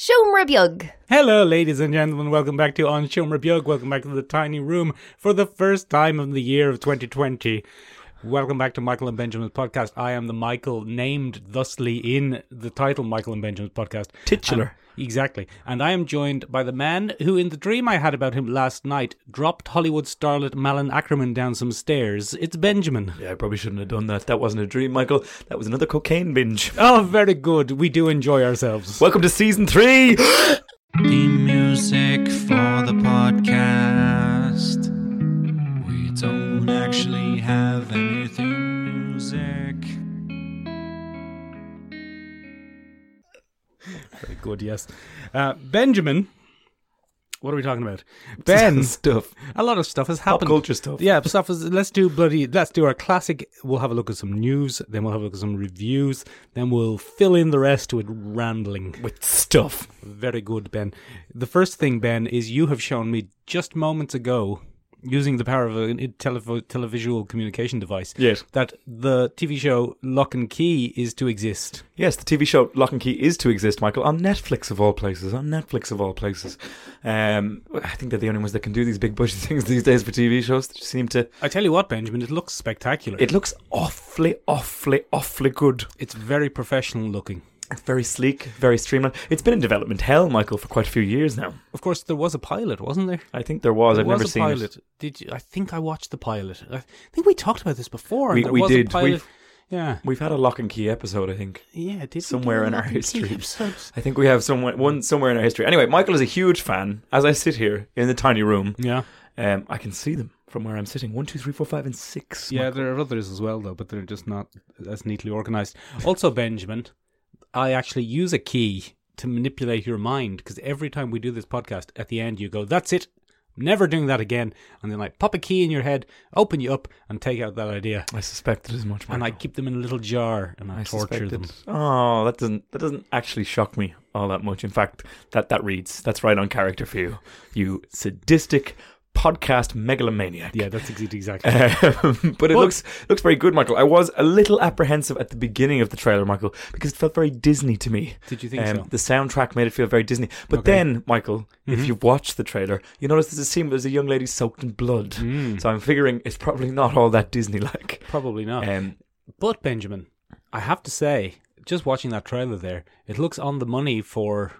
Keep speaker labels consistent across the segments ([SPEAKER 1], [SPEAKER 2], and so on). [SPEAKER 1] Shomra Bjugg.
[SPEAKER 2] Hello, ladies and gentlemen. Welcome back to On Shomra Björk. Welcome back to the tiny room for the first time of the year of 2020. Welcome back to Michael and Benjamin's podcast. I am the Michael named thusly in the title Michael and Benjamin's podcast.
[SPEAKER 3] Titular.
[SPEAKER 2] And- exactly. And I am joined by the man who, in the dream I had about him last night, dropped Hollywood starlet Malin Ackerman down some stairs. It's Benjamin.
[SPEAKER 3] Yeah, I probably shouldn't have done that. That wasn't a dream, Michael. That was another cocaine binge.
[SPEAKER 2] Oh, very good. We do enjoy ourselves.
[SPEAKER 3] Welcome to season three.
[SPEAKER 4] Theme music for the podcast. We don't actually have any theme music.
[SPEAKER 2] Very good, yes. Uh, Benjamin. What are we talking about? Ben.
[SPEAKER 3] stuff.
[SPEAKER 2] A lot of stuff has
[SPEAKER 3] Pop
[SPEAKER 2] happened.
[SPEAKER 3] culture stuff.
[SPEAKER 2] Yeah, stuff is. Let's do bloody. Let's do our classic. We'll have a look at some news. Then we'll have a look at some reviews. Then we'll fill in the rest with rambling.
[SPEAKER 3] With stuff.
[SPEAKER 2] Very good, Ben. The first thing, Ben, is you have shown me just moments ago, using the power of a telev- televisual communication device,
[SPEAKER 3] Yes.
[SPEAKER 2] that the TV show Lock and Key is to exist.
[SPEAKER 3] Yes, the TV show Lock and Key is to exist, Michael, on Netflix of all places. On Netflix of all places. Um, I think they're the only ones that can do these big budget things these days for TV shows. They just seem to.
[SPEAKER 2] I tell you what, Benjamin, it looks spectacular.
[SPEAKER 3] It looks awfully, awfully, awfully good.
[SPEAKER 2] it's very professional looking.
[SPEAKER 3] It's very sleek, very streamlined. It's been in development hell, Michael, for quite a few years now.
[SPEAKER 2] Of course, there was a pilot, wasn't there?
[SPEAKER 3] I think there was.
[SPEAKER 2] There
[SPEAKER 3] I've
[SPEAKER 2] was
[SPEAKER 3] never
[SPEAKER 2] a
[SPEAKER 3] seen it.
[SPEAKER 2] pilot. Did you, I think I watched the pilot? I think we talked about this before. and
[SPEAKER 3] We-
[SPEAKER 2] there
[SPEAKER 3] we
[SPEAKER 2] was
[SPEAKER 3] did.
[SPEAKER 2] A pilot.
[SPEAKER 3] We've-
[SPEAKER 2] yeah,
[SPEAKER 3] We've had a Lock and Key episode, I think.
[SPEAKER 2] yeah. Did we do
[SPEAKER 3] somewhere in
[SPEAKER 2] that
[SPEAKER 3] our
[SPEAKER 2] in two
[SPEAKER 3] history.
[SPEAKER 2] episodes?
[SPEAKER 3] I think we have some one somewhere in our history. Anyway, Michael is a huge fan. As I sit here in the tiny room,
[SPEAKER 2] Yeah,
[SPEAKER 3] um, I can see them from where I'm sitting. One, two, three, four, five, and six.
[SPEAKER 2] yeah. There are others as well, though, but they're just not as neatly organized. Also, Benjamin, I actually use a key to manipulate your mind because every time we do this podcast, at the end you go, "That's it." Never doing that again, and then I pop a key in your head, open you up, and take out that idea.
[SPEAKER 3] I suspected as much.
[SPEAKER 2] And I
[SPEAKER 3] Michael.
[SPEAKER 2] keep them in a little jar, and I, torture them.
[SPEAKER 3] suspected. Oh, that doesn't that doesn't actually shock me all that much. In fact, that that reads that's right on character for you, you sadistic podcast megalomaniac.
[SPEAKER 2] Yeah, that's ex- exactly.
[SPEAKER 3] Um, but it
[SPEAKER 2] Well-
[SPEAKER 3] looks looks very good, Michael. I was a little apprehensive at the beginning of the trailer, Michael, because it felt very Disney to me.
[SPEAKER 2] Did you think so?
[SPEAKER 3] Um, The soundtrack made it feel very Disney. But
[SPEAKER 2] Okay. Mm-hmm.
[SPEAKER 3] then, Michael, if you've watched the trailer, you notice there's a scene where there's a young lady soaked in blood.
[SPEAKER 2] Mm.
[SPEAKER 3] So I'm figuring it's probably not all that Disney-like.
[SPEAKER 2] Probably not.
[SPEAKER 3] Um,
[SPEAKER 2] But Benjamin, I have to say, just watching that trailer there, it looks on the money for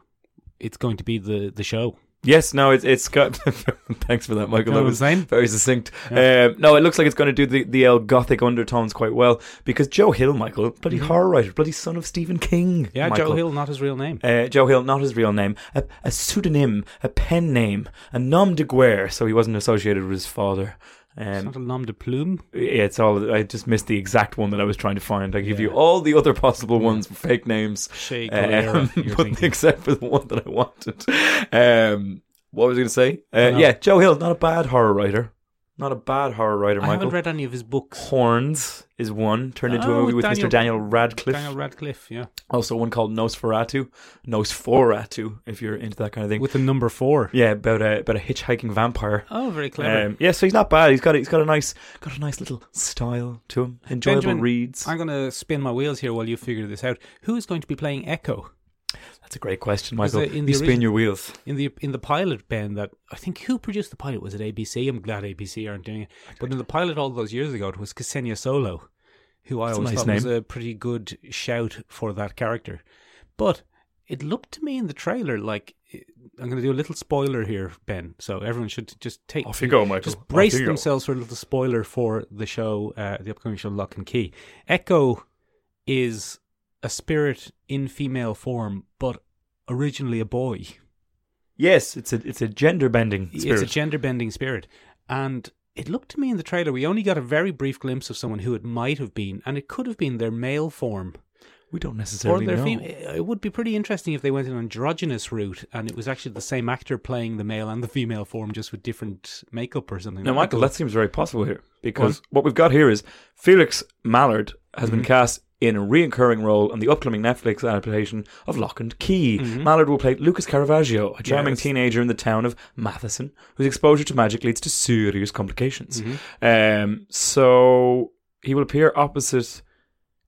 [SPEAKER 2] it's going to be the the show.
[SPEAKER 3] yes, no, it's it's got. thanks for that, Michael.
[SPEAKER 2] Know
[SPEAKER 3] That
[SPEAKER 2] what I'm
[SPEAKER 3] was
[SPEAKER 2] saying?
[SPEAKER 3] very succinct. Um, no, it looks like it's going to do the the El Gothic undertones quite well because Joe Hill, Michael, bloody horror writer, bloody son of Stephen King.
[SPEAKER 2] Mm-hmm. Yeah,
[SPEAKER 3] Michael.
[SPEAKER 2] Joe Hill, not his real name.
[SPEAKER 3] Uh, Joe Hill, not his real name, a, a pseudonym, a pen name, a nom de guerre, so he wasn't associated with his father.
[SPEAKER 2] It's
[SPEAKER 3] Um,
[SPEAKER 2] not a nom de plume.
[SPEAKER 3] yeah, it's all. I just missed the exact one that I was trying to find. I give you all the other possible ones for fake names,
[SPEAKER 2] Shea
[SPEAKER 3] um,
[SPEAKER 2] Galera, you're
[SPEAKER 3] but
[SPEAKER 2] thinking.
[SPEAKER 3] except for the one that I wanted. Um, what was I going to say? Uh,
[SPEAKER 2] No.
[SPEAKER 3] Yeah, Joe Hill, not a bad horror writer, not a bad horror writer.
[SPEAKER 2] I haven't
[SPEAKER 3] Michael
[SPEAKER 2] read any of his books.
[SPEAKER 3] Horns is one turned into
[SPEAKER 2] Oh,
[SPEAKER 3] a movie with
[SPEAKER 2] Daniel-
[SPEAKER 3] Mr. Daniel Radcliffe.
[SPEAKER 2] Daniel Radcliffe, yeah,
[SPEAKER 3] Also, one called Nosferatu, Nosferatu, if you're into that kind of thing.
[SPEAKER 2] with the number four.
[SPEAKER 3] Yeah, about a about a hitchhiking vampire.
[SPEAKER 2] Oh, very clever.
[SPEAKER 3] Um, yeah, so he's not bad. He's got a, he's got a nice got a nice little style to him. Enjoyable
[SPEAKER 2] Benjamin,
[SPEAKER 3] reads.
[SPEAKER 2] I'm going to spin my wheels here while you figure this out. Who is going to be playing Echo
[SPEAKER 3] That's a great question, Michael.
[SPEAKER 2] Because, uh, in
[SPEAKER 3] you
[SPEAKER 2] the
[SPEAKER 3] spin
[SPEAKER 2] origi-
[SPEAKER 3] your wheels.
[SPEAKER 2] in the in the pilot? Ben, that I think who produced the pilot was it ABC? I'm glad ABC aren't doing it. But in the pilot all those years ago, it was Ksenia Solo. who I
[SPEAKER 3] It's a
[SPEAKER 2] always
[SPEAKER 3] nice
[SPEAKER 2] thought was a pretty good shout for that character. But it looked to me in the trailer like eh, I'm going to do a little spoiler here, Ben. So everyone should just take
[SPEAKER 3] Off you go, Michael.
[SPEAKER 2] Just
[SPEAKER 3] Off
[SPEAKER 2] brace
[SPEAKER 3] you go.
[SPEAKER 2] themselves for a little spoiler for the show, uh, the upcoming show Lock and Key. Echo is a spirit in female form, but originally a boy.
[SPEAKER 3] Yes, it's a it's a gender bending
[SPEAKER 2] It's
[SPEAKER 3] spirit.
[SPEAKER 2] a gender bending spirit. And it looked to me in the trailer, we only got a very brief glimpse of someone who it might have been, and it could have been their male form
[SPEAKER 3] we don't
[SPEAKER 2] or
[SPEAKER 3] necessarily
[SPEAKER 2] their
[SPEAKER 3] know.
[SPEAKER 2] fem- eh, It would be pretty interesting if they went an androgynous route and it was actually the same actor playing the male and the female form, just with different makeup or something.
[SPEAKER 3] Now,
[SPEAKER 2] That'd be
[SPEAKER 3] Michael,
[SPEAKER 2] cool.
[SPEAKER 3] that seems very possible here because what we've got here is Felix Mallard has been cast in a reoccurring role on the upcoming Netflix adaptation of Lock and Key. Mallard will play Lucas Caravaggio, a charming
[SPEAKER 2] Yes.
[SPEAKER 3] teenager in the town of Matheson, whose exposure to magic leads to serious complications. Um, so he will appear opposite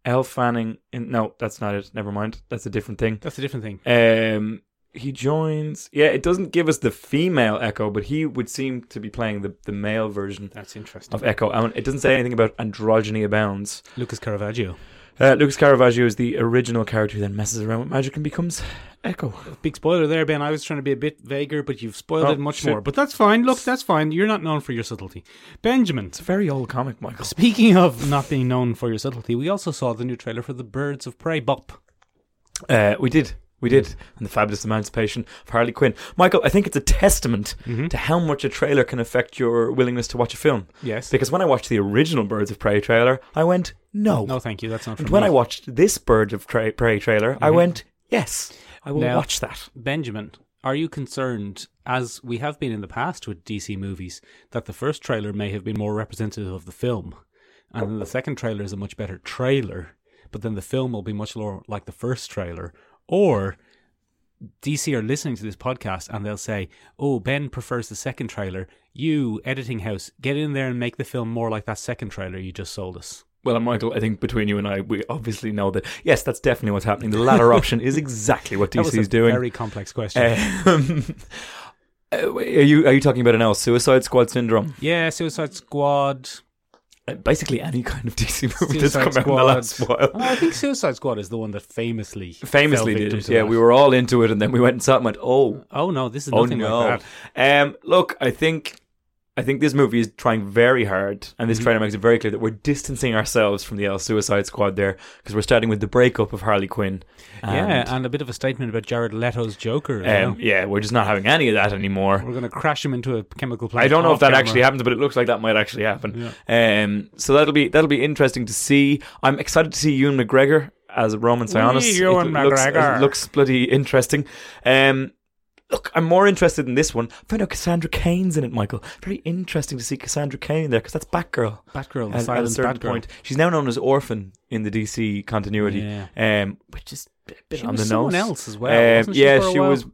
[SPEAKER 3] Elle Fanning. In, no, that's not it. Never mind. That's a different thing.
[SPEAKER 2] that's a different thing.
[SPEAKER 3] Um, he joins. Yeah, it doesn't give us the female Echo, but he would seem to be playing the, the male version
[SPEAKER 2] That's interesting.
[SPEAKER 3] of Echo. I mean, it doesn't say anything about androgyny abounds.
[SPEAKER 2] Lucas Caravaggio.
[SPEAKER 3] Uh, Lucas Caravaggio is the original character who then messes around with magic and becomes Echo.
[SPEAKER 2] Big spoiler there, Ben. I was trying to be a bit vaguer, but you've spoiled
[SPEAKER 3] Oh,
[SPEAKER 2] it much
[SPEAKER 3] shit.
[SPEAKER 2] more. But that's fine. Look, that's fine. You're not known for your subtlety. Benjamin,
[SPEAKER 3] It's a very old comic, Michael.
[SPEAKER 2] speaking of not being known for your subtlety, we also saw the new trailer for the Birds of Prey Bop.
[SPEAKER 3] Uh, we did. We did. And the fabulous emancipation of Harley Quinn. Michael, I think it's a testament to how much a trailer can affect your willingness to watch a film.
[SPEAKER 2] Yes.
[SPEAKER 3] Because when I watched the original Birds of Prey trailer, I went, no.
[SPEAKER 2] No, thank you. That's not for
[SPEAKER 3] and when
[SPEAKER 2] me.
[SPEAKER 3] I watched this Bird of Tra- Prey trailer, I went, yes, I will
[SPEAKER 2] Now-
[SPEAKER 3] watch that.
[SPEAKER 2] Benjamin, are you concerned, as we have been in the past with DC movies, that the first trailer may have been more representative of the film, and then the second trailer is a much better trailer, but then the film will be much more like the first trailer, or DC are listening to this podcast and they'll say, "Oh, Ben prefers the second trailer. You editing house, get in there and make the film more like that second trailer you just sold us."
[SPEAKER 3] Well, and Michael, I think between you and I, we obviously know that, yes, that's definitely what's happening. The latter option is exactly what
[SPEAKER 2] That was a
[SPEAKER 3] DC's doing.
[SPEAKER 2] very complex question.
[SPEAKER 3] Um, uh, are you are you talking about an now Suicide Squad syndrome?
[SPEAKER 2] yeah, Suicide Squad.
[SPEAKER 3] Uh, basically any kind of DC movie that's
[SPEAKER 2] Suicide
[SPEAKER 3] come out in the
[SPEAKER 2] Squad.
[SPEAKER 3] last while.
[SPEAKER 2] Well, I think Suicide Squad is the one that famously
[SPEAKER 3] Famously
[SPEAKER 2] fell
[SPEAKER 3] did
[SPEAKER 2] victim
[SPEAKER 3] it.
[SPEAKER 2] to
[SPEAKER 3] Yeah,
[SPEAKER 2] that.
[SPEAKER 3] we were all into it, and then we went and saw it and went, "Oh,
[SPEAKER 2] Oh no, this is
[SPEAKER 3] oh
[SPEAKER 2] nothing
[SPEAKER 3] no!"
[SPEAKER 2] like that.
[SPEAKER 3] Um, look, I think, I think this movie is trying very hard, and this
[SPEAKER 2] Mm-hmm.
[SPEAKER 3] trailer makes it very clear that we're distancing ourselves from the L Suicide Squad there because we're starting with the breakup of Harley Quinn.
[SPEAKER 2] yeah, and a bit of a statement about Jared Leto's Joker. as
[SPEAKER 3] and,
[SPEAKER 2] well.
[SPEAKER 3] um, yeah, we're just not having any of that anymore.
[SPEAKER 2] We're going to crash him into a chemical plant.
[SPEAKER 3] I don't know if
[SPEAKER 2] off
[SPEAKER 3] that
[SPEAKER 2] camera.
[SPEAKER 3] actually happens, but it looks like that might actually happen. Um, so that'll be that'll be interesting to see. I'm excited to see Ewan McGregor as Roman Sionis.
[SPEAKER 2] Ewan
[SPEAKER 3] it looks,
[SPEAKER 2] McGregor.
[SPEAKER 3] It looks bloody interesting. Um, look, I'm more interested in this one. I found out Cassandra Cain's in it, Michael. Very interesting to see Cassandra Cain there because that's Batgirl.
[SPEAKER 2] Batgirl, the
[SPEAKER 3] At- at
[SPEAKER 2] Oh,
[SPEAKER 3] a
[SPEAKER 2] silent
[SPEAKER 3] certain
[SPEAKER 2] Batgirl.
[SPEAKER 3] point, she's now known as Orphan in the DC continuity, um, which is a bit
[SPEAKER 2] She
[SPEAKER 3] on
[SPEAKER 2] was
[SPEAKER 3] the nose.
[SPEAKER 2] someone else as well.
[SPEAKER 3] Um,
[SPEAKER 2] wasn't she
[SPEAKER 3] yeah,
[SPEAKER 2] for a
[SPEAKER 3] she
[SPEAKER 2] while?
[SPEAKER 3] was.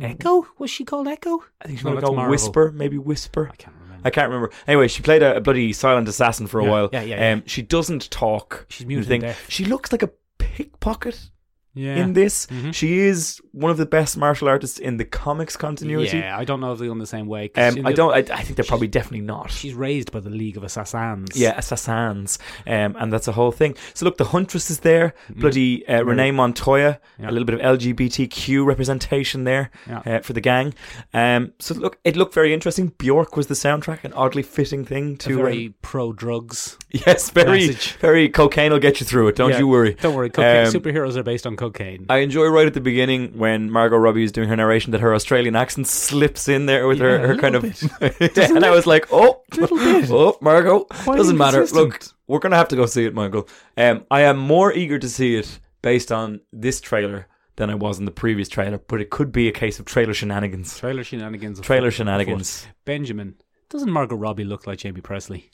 [SPEAKER 2] Echo. Was she called Echo?
[SPEAKER 3] I think she
[SPEAKER 2] No,
[SPEAKER 3] was
[SPEAKER 2] that's
[SPEAKER 3] called
[SPEAKER 2] Marvel.
[SPEAKER 3] Oh, Whisper, maybe Whisper.
[SPEAKER 2] I can't remember.
[SPEAKER 3] I can't remember. Anyway, she played a, a bloody silent assassin for a
[SPEAKER 2] Yeah,
[SPEAKER 3] while.
[SPEAKER 2] yeah, yeah, yeah.
[SPEAKER 3] Um, she doesn't talk.
[SPEAKER 2] She's muted
[SPEAKER 3] Thing.
[SPEAKER 2] and deaf.
[SPEAKER 3] She looks like a pickpocket
[SPEAKER 2] Yeah.
[SPEAKER 3] in this.
[SPEAKER 2] Mhm.
[SPEAKER 3] She is one of the best martial artists in the comics continuity.
[SPEAKER 2] Yeah, I don't know if they're going the same way. 'cause in
[SPEAKER 3] Um, I
[SPEAKER 2] the-
[SPEAKER 3] don't. I, I think they're probably definitely not.
[SPEAKER 2] She's raised by the League of Assassins.
[SPEAKER 3] yeah, assassins, um, and that's a whole thing. So look, the Huntress is there. Bloody uh, Renee Montoya,
[SPEAKER 2] Mm-hmm. Yeah.
[SPEAKER 3] a little bit of LGBTQ representation there
[SPEAKER 2] Yeah.
[SPEAKER 3] uh, for the gang. Um, so look, it looked very interesting. Bjork was the soundtrack, an oddly fitting thing
[SPEAKER 2] A
[SPEAKER 3] to um,
[SPEAKER 2] very pro drugs.
[SPEAKER 3] Yes, very,
[SPEAKER 2] message.
[SPEAKER 3] very cocaine will get you through it. Don't
[SPEAKER 2] Yeah.
[SPEAKER 3] you worry.
[SPEAKER 2] Don't worry, cocaine,
[SPEAKER 3] Um,
[SPEAKER 2] superheroes are based on cocaine.
[SPEAKER 3] I enjoy right at the beginning when Margot Robbie is doing her narration that her Australian accent slips in there with
[SPEAKER 2] Yeah, a
[SPEAKER 3] her, her kind of.
[SPEAKER 2] little
[SPEAKER 3] yeah, and I was like, oh, oh, Margot,
[SPEAKER 2] Quite
[SPEAKER 3] doesn't matter. Look,
[SPEAKER 2] inconsistent.
[SPEAKER 3] we're gonna have to go see it, Michael. Um, I am more eager to see it based on this trailer than I was in the previous trailer, but it could be a case of trailer shenanigans.
[SPEAKER 2] Trailer shenanigans. of-
[SPEAKER 3] Trailer
[SPEAKER 2] of-
[SPEAKER 3] shenanigans.
[SPEAKER 2] Benjamin, doesn't Margot Robbie look like Jamie Presley?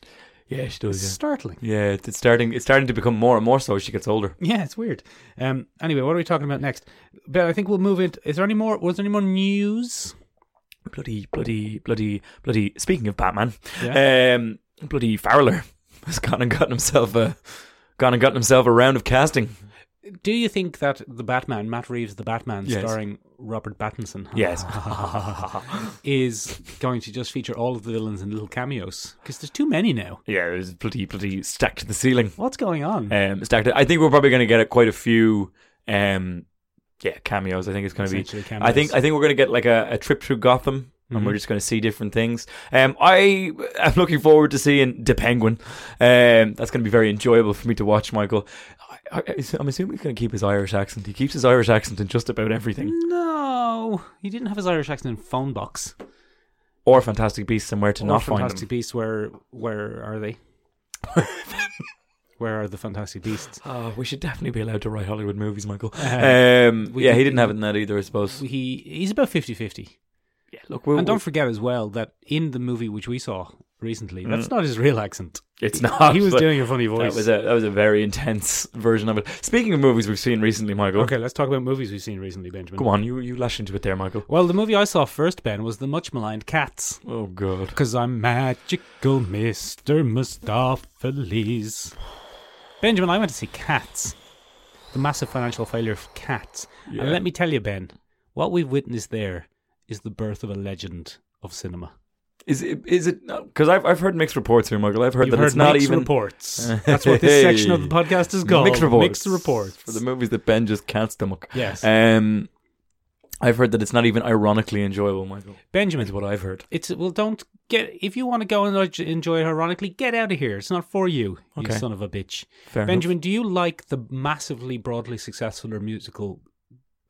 [SPEAKER 3] Yeah, she
[SPEAKER 2] It's
[SPEAKER 3] does.
[SPEAKER 2] startling.
[SPEAKER 3] Yeah, yeah it's starting. It's starting to become more and more so as she gets older.
[SPEAKER 2] Yeah, it's weird. Um, anyway, what are we talking about next? Ben, I think we'll move into. Is there any more? Was there any more news?
[SPEAKER 3] bloody, bloody, bloody, bloody. Speaking of Batman,
[SPEAKER 2] Yeah.
[SPEAKER 3] um, bloody Farrelly has gone and gotten himself a gone and gotten himself a round of casting.
[SPEAKER 2] Do you think that the Batman, Matt Reeves, the Batman,
[SPEAKER 3] Yes.
[SPEAKER 2] starring Robert Pattinson,
[SPEAKER 3] Yes.
[SPEAKER 2] is going to just feature all of the villains in little cameos? Because there's too many now.
[SPEAKER 3] yeah, it was bloody, bloody stacked to the ceiling.
[SPEAKER 2] What's going on?
[SPEAKER 3] Um, stacked. I think we're probably going to get quite a few. Um, yeah, cameos. I think it's going to be.
[SPEAKER 2] Essentially cameos.
[SPEAKER 3] I think I think we're going to get like a, a trip through Gotham. And we're just going to see different things. Um, I am looking forward to seeing the Penguin. Um, that's going to be very enjoyable for me to watch, Michael. I, I, I'm assuming he's going to keep his Irish accent. He keeps his Irish accent in just about
[SPEAKER 2] Mm.
[SPEAKER 3] everything.
[SPEAKER 2] no, he didn't have his Irish accent in Phone Box.
[SPEAKER 3] Or Fantastic Beasts and where to
[SPEAKER 2] or
[SPEAKER 3] not
[SPEAKER 2] Fantastic
[SPEAKER 3] find him.
[SPEAKER 2] Beasts. Where where are they? where are the Fantastic Beasts?
[SPEAKER 3] Oh, we should definitely be allowed to write Hollywood movies, Michael.
[SPEAKER 2] Uh,
[SPEAKER 3] um,
[SPEAKER 2] we-
[SPEAKER 3] yeah, he didn't have it in that either, I suppose.
[SPEAKER 2] He he's about 50-50.
[SPEAKER 3] yeah, look, we'll,
[SPEAKER 2] And don't forget as well that in the movie which we saw recently, that's not his real accent.
[SPEAKER 3] it's not.
[SPEAKER 2] He was
[SPEAKER 3] Mm. Ah, but
[SPEAKER 2] doing a funny voice.
[SPEAKER 3] That was a that was a very intense version of it. Speaking of movies we've seen recently, Michael.
[SPEAKER 2] okay, let's talk about movies we've seen recently, Benjamin.
[SPEAKER 3] Come on, you you lash into it there, Michael.
[SPEAKER 2] Well, the movie I saw first, Ben, was the much maligned Cats.
[SPEAKER 3] Oh God.
[SPEAKER 2] Because I'm magical, Mr. Mustopheles. Benjamin, I went to see Cats. The massive financial failure of Cats.
[SPEAKER 3] Yeah.
[SPEAKER 2] And let me tell you, Ben, What we've witnessed there is the birth of a legend of cinema.
[SPEAKER 3] Is it? Is it? Because I've I've heard mixed reports here, Michael. I've heard
[SPEAKER 2] You've
[SPEAKER 3] that
[SPEAKER 2] heard
[SPEAKER 3] it's not
[SPEAKER 2] mixed
[SPEAKER 3] even
[SPEAKER 2] reports. That's what this section of the podcast is called.
[SPEAKER 3] Mixed reports.
[SPEAKER 2] Mixed reports.
[SPEAKER 3] for the movies that Ben just can't stomach.
[SPEAKER 2] yes,
[SPEAKER 3] Um, I've heard that it's not even ironically enjoyable, Michael.
[SPEAKER 2] Benjamin.
[SPEAKER 3] Is what I've heard.
[SPEAKER 2] It's well, don't get if you want to go and enj- enjoy it ironically, get out of here. It's not for you,
[SPEAKER 3] Okay.
[SPEAKER 2] you son of a bitch.
[SPEAKER 3] Fair
[SPEAKER 2] Benjamin, do you like the massively broadly successful or musical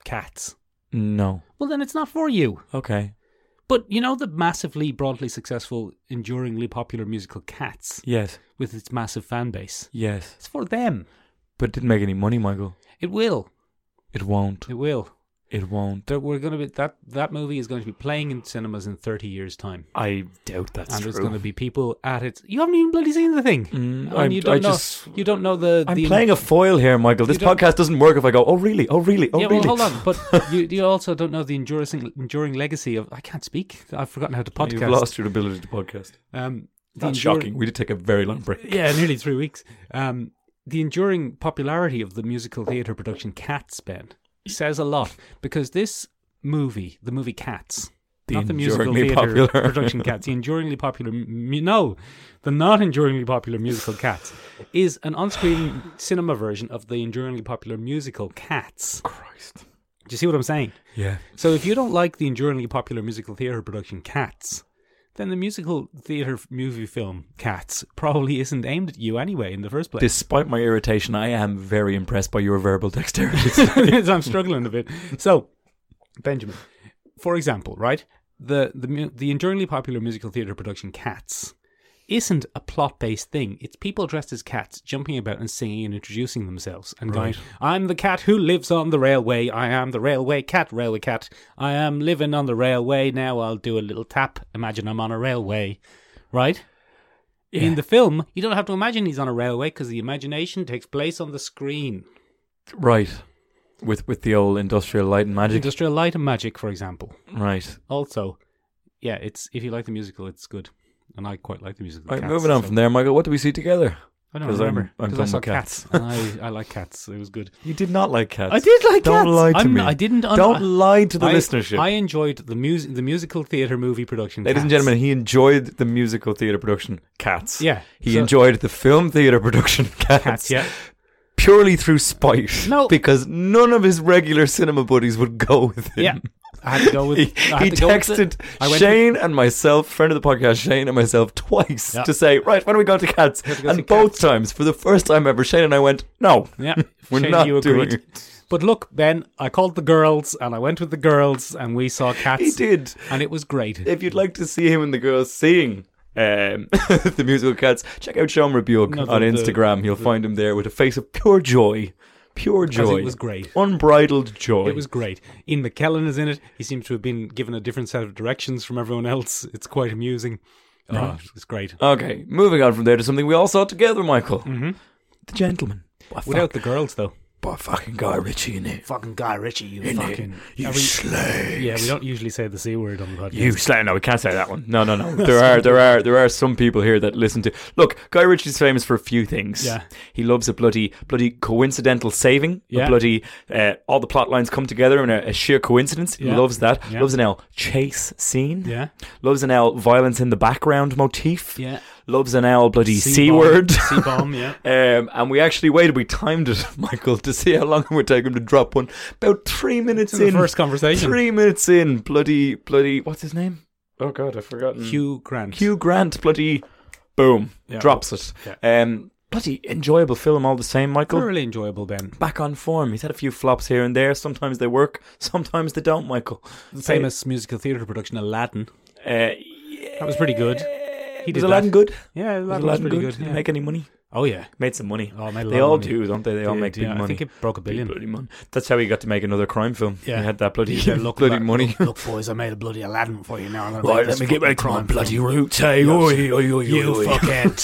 [SPEAKER 2] Cats?
[SPEAKER 3] enough.
[SPEAKER 2] Well, then it's not for you.
[SPEAKER 3] No. Okay.
[SPEAKER 2] But you know the massively broadly successful, enduringly popular musical Cats
[SPEAKER 3] Yes.
[SPEAKER 2] with its massive fan base.
[SPEAKER 3] Yes.
[SPEAKER 2] It's for them.
[SPEAKER 3] But it didn't make any money, Michael.
[SPEAKER 2] It will.
[SPEAKER 3] It won't.
[SPEAKER 2] It will.
[SPEAKER 3] It won't.
[SPEAKER 2] There, we're going to be that that movie is going to be playing in cinemas in 30 years time.
[SPEAKER 3] I doubt that's
[SPEAKER 2] and
[SPEAKER 3] true.
[SPEAKER 2] there's going to be people at it. You haven't even bloody seen the thing.
[SPEAKER 3] Mm,
[SPEAKER 2] And
[SPEAKER 3] I'm-
[SPEAKER 2] you don't
[SPEAKER 3] I
[SPEAKER 2] know.
[SPEAKER 3] just-
[SPEAKER 2] you don't know the.
[SPEAKER 3] I'm
[SPEAKER 2] the
[SPEAKER 3] playing a foil here, Michael. This
[SPEAKER 2] don't-
[SPEAKER 3] podcast doesn't work if I go, oh, really? Oh, really? Oh,
[SPEAKER 2] yeah,
[SPEAKER 3] really?
[SPEAKER 2] well, hold on. But you, you also don't know the enduring enduring legacy of. I can't speak. I've forgotten how to podcast.
[SPEAKER 3] You've lost your ability to podcast.
[SPEAKER 2] Um, the
[SPEAKER 3] That's
[SPEAKER 2] enduring-
[SPEAKER 3] shocking. We did take a very long break.
[SPEAKER 2] Yeah, nearly three weeks. Um, the enduring popularity of the musical theatre production Cats, Ben, says a lot because this movie, the movie Cats,
[SPEAKER 3] The
[SPEAKER 2] not the musical
[SPEAKER 3] enduringly
[SPEAKER 2] theatre
[SPEAKER 3] popular.
[SPEAKER 2] production Cats, the enduringly popular, mu- no, the not enduringly popular musical Cats, is an on screen cinema version of the enduringly popular musical Cats.
[SPEAKER 3] Christ.
[SPEAKER 2] Do you see what I'm saying?
[SPEAKER 3] Yeah.
[SPEAKER 2] So if you don't like the enduringly popular musical theatre production Cats, then the musical theatre f- movie film Cats probably isn't aimed at you anyway in the first place.
[SPEAKER 3] Despite my irritation, I am very impressed by your verbal dexterity.
[SPEAKER 2] I'm struggling a bit. So, Benjamin, for example, right? The the mu- the enduringly popular musical theatre production Cats isn't a plot-based thing. It's people dressed as cats jumping about and singing and introducing themselves and going, "I'm the cat who lives on the railway. I am the railway cat, railway cat. I am living on the railway. Now I'll do a little tap. Imagine I'm on a railway." Right? In the film, you don't have to imagine he's on a railway because the imagination takes place on the screen.
[SPEAKER 3] right. With with the old industrial light and magic.
[SPEAKER 2] Industrial Light and Magic, for example.
[SPEAKER 3] right.
[SPEAKER 2] Also, yeah, it's if you like the musical, it's good, and I quite like the musical.
[SPEAKER 3] Right,
[SPEAKER 2] Cats,
[SPEAKER 3] moving on
[SPEAKER 2] so-
[SPEAKER 3] from there, Michael. What do we see together?
[SPEAKER 2] I don't
[SPEAKER 3] 'cause I'm-
[SPEAKER 2] remember
[SPEAKER 3] I'm
[SPEAKER 2] 'cause I
[SPEAKER 3] done
[SPEAKER 2] saw
[SPEAKER 3] with cats.
[SPEAKER 2] cats. and I, I like cats. It was good.
[SPEAKER 3] You did not like cats.
[SPEAKER 2] I did like
[SPEAKER 3] Don't
[SPEAKER 2] cats.
[SPEAKER 3] lie to
[SPEAKER 2] I'm-
[SPEAKER 3] me.
[SPEAKER 2] I didn't. un-
[SPEAKER 3] Don't
[SPEAKER 2] I-
[SPEAKER 3] lie to the
[SPEAKER 2] I-
[SPEAKER 3] listenership.
[SPEAKER 2] I enjoyed the music, the musical theater movie production.
[SPEAKER 3] Ladies and
[SPEAKER 2] Cats.
[SPEAKER 3] gentlemen, he enjoyed the musical theatre production Cats.
[SPEAKER 2] Yeah,
[SPEAKER 3] He
[SPEAKER 2] so-
[SPEAKER 3] enjoyed the film theatre production Cats,
[SPEAKER 2] cats. Yeah,
[SPEAKER 3] purely through spite.
[SPEAKER 2] No.
[SPEAKER 3] Because none of his regular cinema buddies would go with him.
[SPEAKER 2] yeah. I had to go with.
[SPEAKER 3] He,
[SPEAKER 2] I had
[SPEAKER 3] he
[SPEAKER 2] to go with the-
[SPEAKER 3] texted
[SPEAKER 2] I went
[SPEAKER 3] Shane and myself, friend of the podcast, Shane and myself, twice
[SPEAKER 2] Yeah.
[SPEAKER 3] to say, right, why don't we go to Cats?
[SPEAKER 2] to go
[SPEAKER 3] and
[SPEAKER 2] see
[SPEAKER 3] both times, for the first time ever, Shane and I went, no,
[SPEAKER 2] Yeah,
[SPEAKER 3] we're
[SPEAKER 2] Shane,
[SPEAKER 3] not
[SPEAKER 2] you
[SPEAKER 3] doing
[SPEAKER 2] agreed.
[SPEAKER 3] it.
[SPEAKER 2] But look, Ben, I called the girls and I went with the girls and we saw
[SPEAKER 3] He
[SPEAKER 2] cats
[SPEAKER 3] did.
[SPEAKER 2] and it was great.
[SPEAKER 3] If you'd like to see him and the girls singing um, the musical cats, check out Sean Rebuke
[SPEAKER 2] No, the-
[SPEAKER 3] on
[SPEAKER 2] the-
[SPEAKER 3] Instagram. You'll find him there with a face of pure joy. Pure
[SPEAKER 2] Because
[SPEAKER 3] joy.
[SPEAKER 2] it was great.
[SPEAKER 3] Unbridled joy.
[SPEAKER 2] It was great. Ian McKellen is in it. He seems to have been given a different set of directions from everyone else. It's quite amusing.
[SPEAKER 3] Ah.
[SPEAKER 2] Oh, it's great.
[SPEAKER 3] Okay, moving on from there to something we all saw together, Michael. Mm-hmm. The Gentleman. By,
[SPEAKER 2] Without
[SPEAKER 3] fuck,
[SPEAKER 2] the girls, though.
[SPEAKER 3] by fucking Guy Ritchie in it.
[SPEAKER 2] Fucking Guy Ritchie, you
[SPEAKER 3] In it. You slay.
[SPEAKER 2] yeah, we don't usually say the c word on the podcast.
[SPEAKER 3] You slay. No, we can't say that one. No, no, no. There are, there are, there are some people here that listen to. Look, Guy Ritchie's famous for a few things.
[SPEAKER 2] Yeah.
[SPEAKER 3] he loves a bloody, bloody coincidental saving.
[SPEAKER 2] Yeah.
[SPEAKER 3] a bloody, uh, all the plot lines come together in a, a sheer coincidence. He
[SPEAKER 2] Yeah.
[SPEAKER 3] loves that.
[SPEAKER 2] Yeah.
[SPEAKER 3] Loves an L chase scene.
[SPEAKER 2] Yeah.
[SPEAKER 3] loves an L violence in the background motif.
[SPEAKER 2] Yeah.
[SPEAKER 3] loves an L bloody c word.
[SPEAKER 2] C bomb, yeah.
[SPEAKER 3] Um, and we actually waited. We timed it, Michael, to see how long it would take him to drop one. About three minutes
[SPEAKER 2] It's in
[SPEAKER 3] in.
[SPEAKER 2] the first conversation.
[SPEAKER 3] Three minutes in, bloody, bloody, what's his name? Oh God, I've forgotten. Hugh,
[SPEAKER 2] Hugh Grant.
[SPEAKER 3] Grant, bloody, boom,
[SPEAKER 2] Yeah.
[SPEAKER 3] drops it. Um, bloody enjoyable film all the same, Michael.
[SPEAKER 2] Thoroughly enjoyable, Ben.
[SPEAKER 3] Back on form. He's had a few flops here and there. Sometimes they work, sometimes they don't, Michael.
[SPEAKER 2] Famous musical theatre production, Aladdin.
[SPEAKER 3] Uh,
[SPEAKER 2] That was pretty good.
[SPEAKER 3] He
[SPEAKER 2] He
[SPEAKER 3] was
[SPEAKER 2] did
[SPEAKER 3] Aladdin
[SPEAKER 2] that.
[SPEAKER 3] good?
[SPEAKER 2] Yeah, Aladdin
[SPEAKER 3] Was
[SPEAKER 2] was,
[SPEAKER 3] Aladdin
[SPEAKER 2] pretty
[SPEAKER 3] good?
[SPEAKER 2] good.
[SPEAKER 3] Did
[SPEAKER 2] yeah.
[SPEAKER 3] it make any money?
[SPEAKER 2] oh, yeah.
[SPEAKER 3] Made some money.
[SPEAKER 2] Oh, it made a lot
[SPEAKER 3] they
[SPEAKER 2] of
[SPEAKER 3] all
[SPEAKER 2] money.
[SPEAKER 3] do, don't they? They all
[SPEAKER 2] Did,
[SPEAKER 3] make big
[SPEAKER 2] yeah, I
[SPEAKER 3] money.
[SPEAKER 2] think it broke a billion.
[SPEAKER 3] Bloody money. That's how he got to making another crime film.
[SPEAKER 2] Yeah.
[SPEAKER 3] He had that bloody,
[SPEAKER 2] Yeah, look,
[SPEAKER 3] bloody
[SPEAKER 2] look,
[SPEAKER 3] money.
[SPEAKER 2] Look, boys, I made a bloody Aladdin for you now. I'm gonna
[SPEAKER 3] Right,
[SPEAKER 2] make
[SPEAKER 3] let
[SPEAKER 2] this
[SPEAKER 3] me get
[SPEAKER 2] fucking
[SPEAKER 3] back to my
[SPEAKER 2] crime
[SPEAKER 3] bloody
[SPEAKER 2] film.
[SPEAKER 3] roots. Hey, oi, oi, oi,
[SPEAKER 2] You
[SPEAKER 3] oi, oi.
[SPEAKER 2] fuckhead.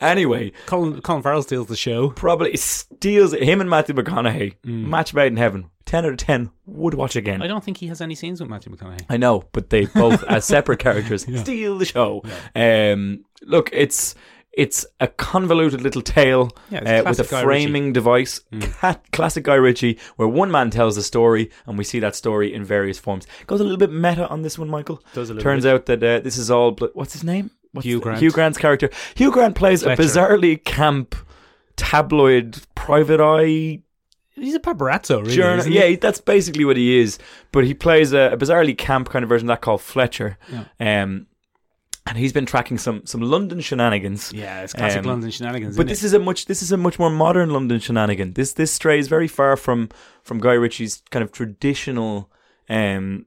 [SPEAKER 3] Anyway,
[SPEAKER 2] Colin, Colin Farrell steals the show.
[SPEAKER 3] probably steals it. him and Matthew McConaughey. Match made in heaven. Ten out of ten. Would watch again.
[SPEAKER 2] I
[SPEAKER 3] I,
[SPEAKER 2] don't think he has any scenes with Matthew McConaughey.
[SPEAKER 3] know, but they both as separate characters steal the show. Um, look, it's It's a convoluted little tale
[SPEAKER 2] Yeah,
[SPEAKER 3] uh, with a framing device,
[SPEAKER 2] Mm.
[SPEAKER 3] Cat, classic Guy Ritchie, where one man tells a story and we see that story in various forms. Goes a little bit meta on this one, Michael.
[SPEAKER 2] Does a little
[SPEAKER 3] Turns
[SPEAKER 2] bit.
[SPEAKER 3] out that uh, this is all. bl- What's his name? What's
[SPEAKER 2] Hugh
[SPEAKER 3] the-
[SPEAKER 2] Grant.
[SPEAKER 3] Hugh Grant's character. Hugh Grant plays
[SPEAKER 2] Fletcher.
[SPEAKER 3] a bizarrely camp tabloid private eye
[SPEAKER 2] he's a paparazzo, really.
[SPEAKER 3] journal.
[SPEAKER 2] isn't he?
[SPEAKER 3] Yeah, he- that's basically what he is. But he plays a, a bizarrely camp kind of version of that called Fletcher. Um, and he's been tracking some some London shenanigans.
[SPEAKER 2] yeah, it's classic
[SPEAKER 3] Um,
[SPEAKER 2] London shenanigans.
[SPEAKER 3] But
[SPEAKER 2] isn't
[SPEAKER 3] this is a much this is a much more modern London shenanigan. This this strays very far from from Guy Ritchie's kind of traditional um,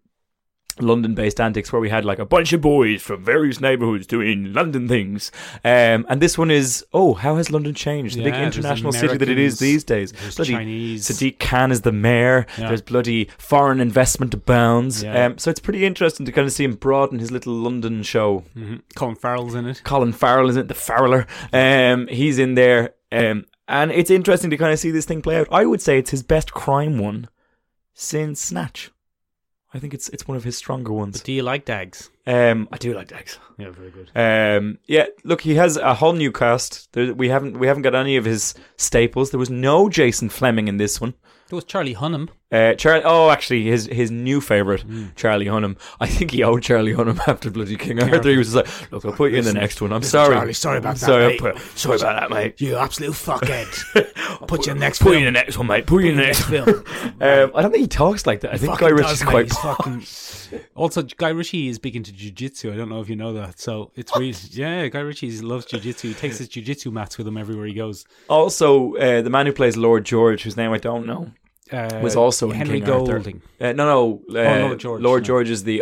[SPEAKER 3] London based antics where we had like a bunch of boys from various neighborhoods doing London things. Um, and this one is oh how has London changed?
[SPEAKER 2] it?
[SPEAKER 3] The
[SPEAKER 2] Yeah,
[SPEAKER 3] big
[SPEAKER 2] there's
[SPEAKER 3] international city that it
[SPEAKER 2] Americans,
[SPEAKER 3] is these days.
[SPEAKER 2] There's
[SPEAKER 3] Bloody
[SPEAKER 2] Chinese.
[SPEAKER 3] Sadiq Khan is the mayor.
[SPEAKER 2] Yeah.
[SPEAKER 3] There's bloody foreign investment abounds.
[SPEAKER 2] Yeah.
[SPEAKER 3] Um, so it's pretty interesting to kind of see him broaden his little London show.
[SPEAKER 2] Mhm. Colin Farrell's in it.
[SPEAKER 3] Colin Farrell is it the Farreller. Um, he's in there, um, and it's interesting to kind of see this thing play out. I would say it's his best crime one since Snatch. I think it's it's one of his stronger ones.
[SPEAKER 2] Do you like Dags?
[SPEAKER 3] Um, I do like Dax.
[SPEAKER 2] Yeah, very good.
[SPEAKER 3] Um, yeah, look, he has a whole new cast. There, we haven't we haven't got any of his staples. There was no Jason Fleming in this one.
[SPEAKER 2] It was Charlie Hunnam.
[SPEAKER 3] Uh, Charlie. Oh, actually, his his new favorite, Charlie Hunnam. I think he owed Charlie Hunnam after Bloody King Arthur. He was just like, "Look, I'll put you in the next one. I'm sorry,
[SPEAKER 1] Charlie, sorry about
[SPEAKER 3] I'm
[SPEAKER 1] that,
[SPEAKER 3] Sorry,
[SPEAKER 1] mate.
[SPEAKER 3] I'll put- sorry about that, mate.
[SPEAKER 1] You absolute fuckhead.
[SPEAKER 3] I'll
[SPEAKER 1] Put your next
[SPEAKER 3] Put
[SPEAKER 1] film.
[SPEAKER 3] you in the next one, mate. Put you in the next one.
[SPEAKER 1] film.
[SPEAKER 3] Um, I don't think he talks like that. I think Guy
[SPEAKER 1] Fucking
[SPEAKER 3] Ritchie's
[SPEAKER 1] does, mate.
[SPEAKER 3] quite.
[SPEAKER 1] He's fucking
[SPEAKER 2] Also, Guy Ritchie is big into jujitsu. I don't know if you know that. So it's really yeah. Guy Ritchie loves jujitsu. He takes his jujitsu mats with him everywhere he goes.
[SPEAKER 3] Also, uh, the man who plays Lord George, whose name I don't know,
[SPEAKER 2] Uh,
[SPEAKER 3] was also in
[SPEAKER 2] Henry
[SPEAKER 3] King Arthur.
[SPEAKER 2] Golding.
[SPEAKER 3] Uh, no, no. Uh,
[SPEAKER 2] Lord George, no.
[SPEAKER 3] is the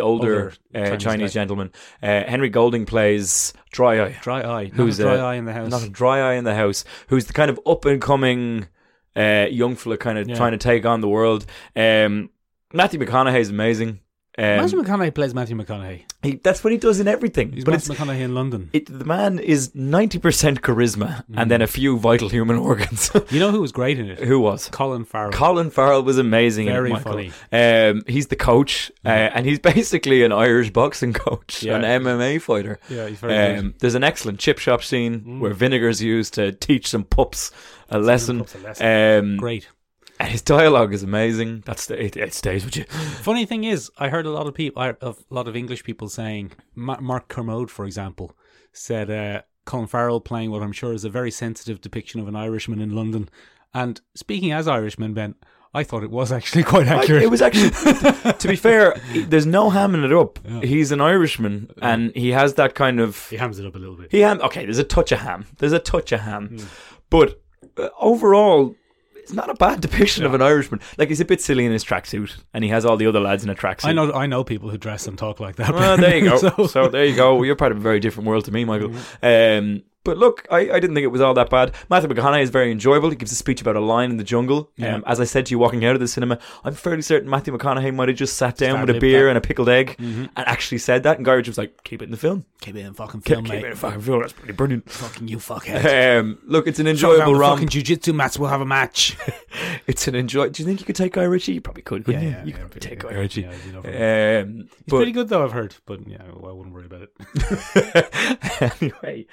[SPEAKER 2] Older
[SPEAKER 3] older, uh,
[SPEAKER 2] Chinese
[SPEAKER 3] Chinese
[SPEAKER 2] guy.
[SPEAKER 3] gentleman. Uh, Henry Golding plays Dry Eye.
[SPEAKER 2] Dry eye. Not
[SPEAKER 3] Who's,
[SPEAKER 2] a dry
[SPEAKER 3] uh,
[SPEAKER 2] eye in the house?
[SPEAKER 3] not a dry eye in the house, who's the kind of up and coming uh, young fella, kind of
[SPEAKER 2] Yeah.
[SPEAKER 3] trying to take on the world. Um, Matthew McConaughey is amazing. Um,
[SPEAKER 2] Matthew McConaughey plays Matthew McConaughey.
[SPEAKER 3] he, that's what he does in everything.
[SPEAKER 2] He's
[SPEAKER 3] but it's
[SPEAKER 2] Matthew McConaughey in London.
[SPEAKER 3] it, the man is ninety percent charisma and
[SPEAKER 2] Mm.
[SPEAKER 3] then a few vital human organs.
[SPEAKER 2] you know who was great in it?
[SPEAKER 3] Who was?
[SPEAKER 2] Colin Farrell.
[SPEAKER 3] Colin Farrell was amazing. in it,
[SPEAKER 2] Very
[SPEAKER 3] Michael.
[SPEAKER 2] funny.
[SPEAKER 3] Um, he's the coach, uh, and he's basically an Irish boxing coach,
[SPEAKER 2] Yeah.
[SPEAKER 3] an MMA fighter.
[SPEAKER 2] yeah, he's very Mm.
[SPEAKER 3] Um, there's an excellent chip shop scene where vinegar's used to teach some pups a lesson.
[SPEAKER 2] pups a
[SPEAKER 3] Um,
[SPEAKER 2] good. Great.
[SPEAKER 3] and his dialogue is amazing. That's the, it, it stays with you.
[SPEAKER 2] Funny thing is, I heard a lot of people, I- of a lot of English people saying, Ma- Mark Kermode, for example, said uh, Colin Farrell playing what I'm sure is a very sensitive depiction of an Irishman in London. And speaking as Irishmen, Ben, I thought it was actually quite accurate.
[SPEAKER 3] It was actually, to be fair, there's no hamming it up. He's an Irishman, and he has that kind of
[SPEAKER 2] he hams it up a little bit.
[SPEAKER 3] he ham. Okay, there's a touch of ham. There's a touch of ham,
[SPEAKER 2] Hmm.
[SPEAKER 3] but uh, overall. It's not a bad depiction of an Irishman. Like he's a bit silly in his tracksuit, and he has all the other lads in a tracksuit.
[SPEAKER 2] I know, I know people who dress and talk like that.
[SPEAKER 3] Well, there you go. so,
[SPEAKER 2] So-
[SPEAKER 3] there you go. You're part of a very different world to me, Michael.
[SPEAKER 2] Mm-hmm.
[SPEAKER 3] Um, but look, I, I didn't think it was all that bad. Matthew McConaughey is very enjoyable. He gives a speech about a lion in the jungle.
[SPEAKER 2] Yeah.
[SPEAKER 3] Um, as I said to you walking out of the cinema, I'm fairly certain Matthew McConaughey might have just sat down with a
[SPEAKER 2] ad-libbed
[SPEAKER 3] beer
[SPEAKER 2] that. Mm-hmm.
[SPEAKER 3] and a pickled egg and actually said that. And Garage was like, keep it in the film.
[SPEAKER 1] keep it in fucking
[SPEAKER 3] Keep,
[SPEAKER 1] film,
[SPEAKER 3] keep it in
[SPEAKER 1] mate.
[SPEAKER 3] the fucking film. That's pretty brilliant.
[SPEAKER 1] Fucking you fuckhead.
[SPEAKER 3] Um, look, it's an
[SPEAKER 1] Go down
[SPEAKER 3] enjoyable
[SPEAKER 1] the
[SPEAKER 3] rom.
[SPEAKER 1] fucking jujitsu mats. We'll have a match.
[SPEAKER 3] It's an enjoy. Do you think you could take Guy Ritchie? You probably could, couldn't
[SPEAKER 2] Yeah,
[SPEAKER 3] you?
[SPEAKER 2] yeah,
[SPEAKER 3] you
[SPEAKER 2] yeah,
[SPEAKER 3] could probably
[SPEAKER 2] pretty
[SPEAKER 3] take
[SPEAKER 2] good.
[SPEAKER 3] Guy Ritchie.
[SPEAKER 2] Yeah, you know,
[SPEAKER 3] Um,
[SPEAKER 2] He's
[SPEAKER 3] but-
[SPEAKER 2] pretty good though, I've heard. But yeah, well, I wouldn't worry about it.
[SPEAKER 3] anyway,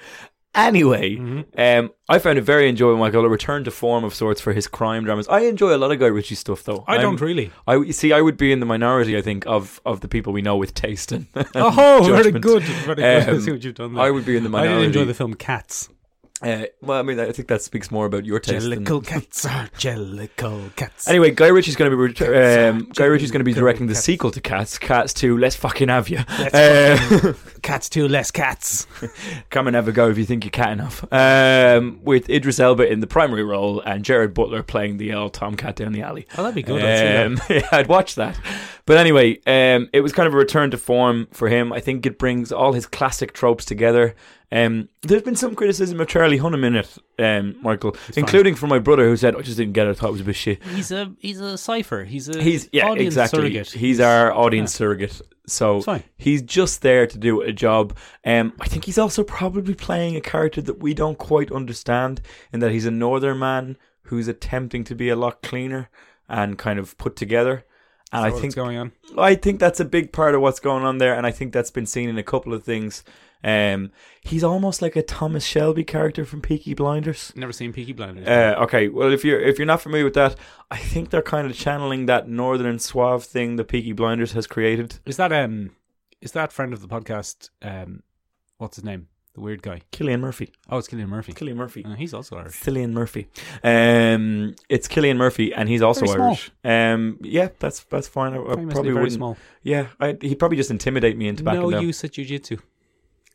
[SPEAKER 3] anyway,
[SPEAKER 2] Mm-hmm.
[SPEAKER 3] um, I found it very enjoyable, Michael. A return to form of sorts for his crime dramas. I enjoy a lot of Guy Ritchie stuff, though.
[SPEAKER 2] I
[SPEAKER 3] I'm-
[SPEAKER 2] don't really.
[SPEAKER 3] I you see. I would be in the minority, I think, of of the people we know with taste and.
[SPEAKER 2] Oh, very
[SPEAKER 3] judgment.
[SPEAKER 2] good. Very good. I
[SPEAKER 3] Um,
[SPEAKER 2] see what you've done there.
[SPEAKER 3] I would be in the
[SPEAKER 2] I did
[SPEAKER 3] minority.
[SPEAKER 2] enjoy the film Cats.
[SPEAKER 3] Uh, well, I mean, I think that speaks more about your taste. than-
[SPEAKER 1] Jellicle cats are jellicle cats.
[SPEAKER 3] Anyway, Guy Ritchie's going to be ret- um, Guy Ritchie's going to be directing the sequel to Cats, Cats Two. Let's fucking have you. Uh,
[SPEAKER 1] Cats too, less cats.
[SPEAKER 3] Come and have a go if you think you're cat enough. Um, with Idris Elba in the primary role and Jared Butler playing the old Tomcat down the alley.
[SPEAKER 2] Oh, that'd be good. I'd see that.
[SPEAKER 3] Um, yeah, I'd watch that. But anyway, um, it was kind of a return to form for him. I think it brings all his classic tropes together. Um, there's been some criticism of Charlie Hunnam in it, um, Michael, including from my brother who said, I just didn't get it. I thought it was a bit shit.
[SPEAKER 2] He's a he's a cipher. He's a
[SPEAKER 3] He's, yeah,
[SPEAKER 2] audience
[SPEAKER 3] exactly.
[SPEAKER 2] surrogate.
[SPEAKER 3] He's our audience surrogate. So
[SPEAKER 2] It's fine.
[SPEAKER 3] he's just there to do a job. Um, I think he's also probably playing a character that we don't quite understand, in that he's a northern man who's attempting to be a lot cleaner and kind of put together. And I
[SPEAKER 2] what's
[SPEAKER 3] think
[SPEAKER 2] going on.
[SPEAKER 3] I think that's a big part of what's going on there, and I think that's been seen in a couple of things. Um, he's almost like a Thomas Shelby character from Peaky Blinders.
[SPEAKER 2] Never seen Peaky Blinders.
[SPEAKER 3] Uh, okay, well if you're if you're not familiar with that, I think they're kind of channeling that northern and suave thing that Peaky Blinders has created.
[SPEAKER 2] is that um, is that friend of the podcast? Um, what's his name? The weird guy.
[SPEAKER 3] Killian Murphy. Mm.
[SPEAKER 2] Oh, it's Killian Murphy.
[SPEAKER 3] Killian Murphy.
[SPEAKER 2] Uh, he's also Irish.
[SPEAKER 3] Cillian Murphy. Um, it's Killian Murphy, and he's also
[SPEAKER 2] Very small.
[SPEAKER 3] Irish. Um, yeah, that's that's fine. I, I
[SPEAKER 2] Famously
[SPEAKER 3] probably
[SPEAKER 2] very
[SPEAKER 3] wouldn't.
[SPEAKER 2] small.
[SPEAKER 3] Yeah, I, he'd probably just intimidate me into backing
[SPEAKER 2] No
[SPEAKER 3] down.
[SPEAKER 2] use at jujitsu.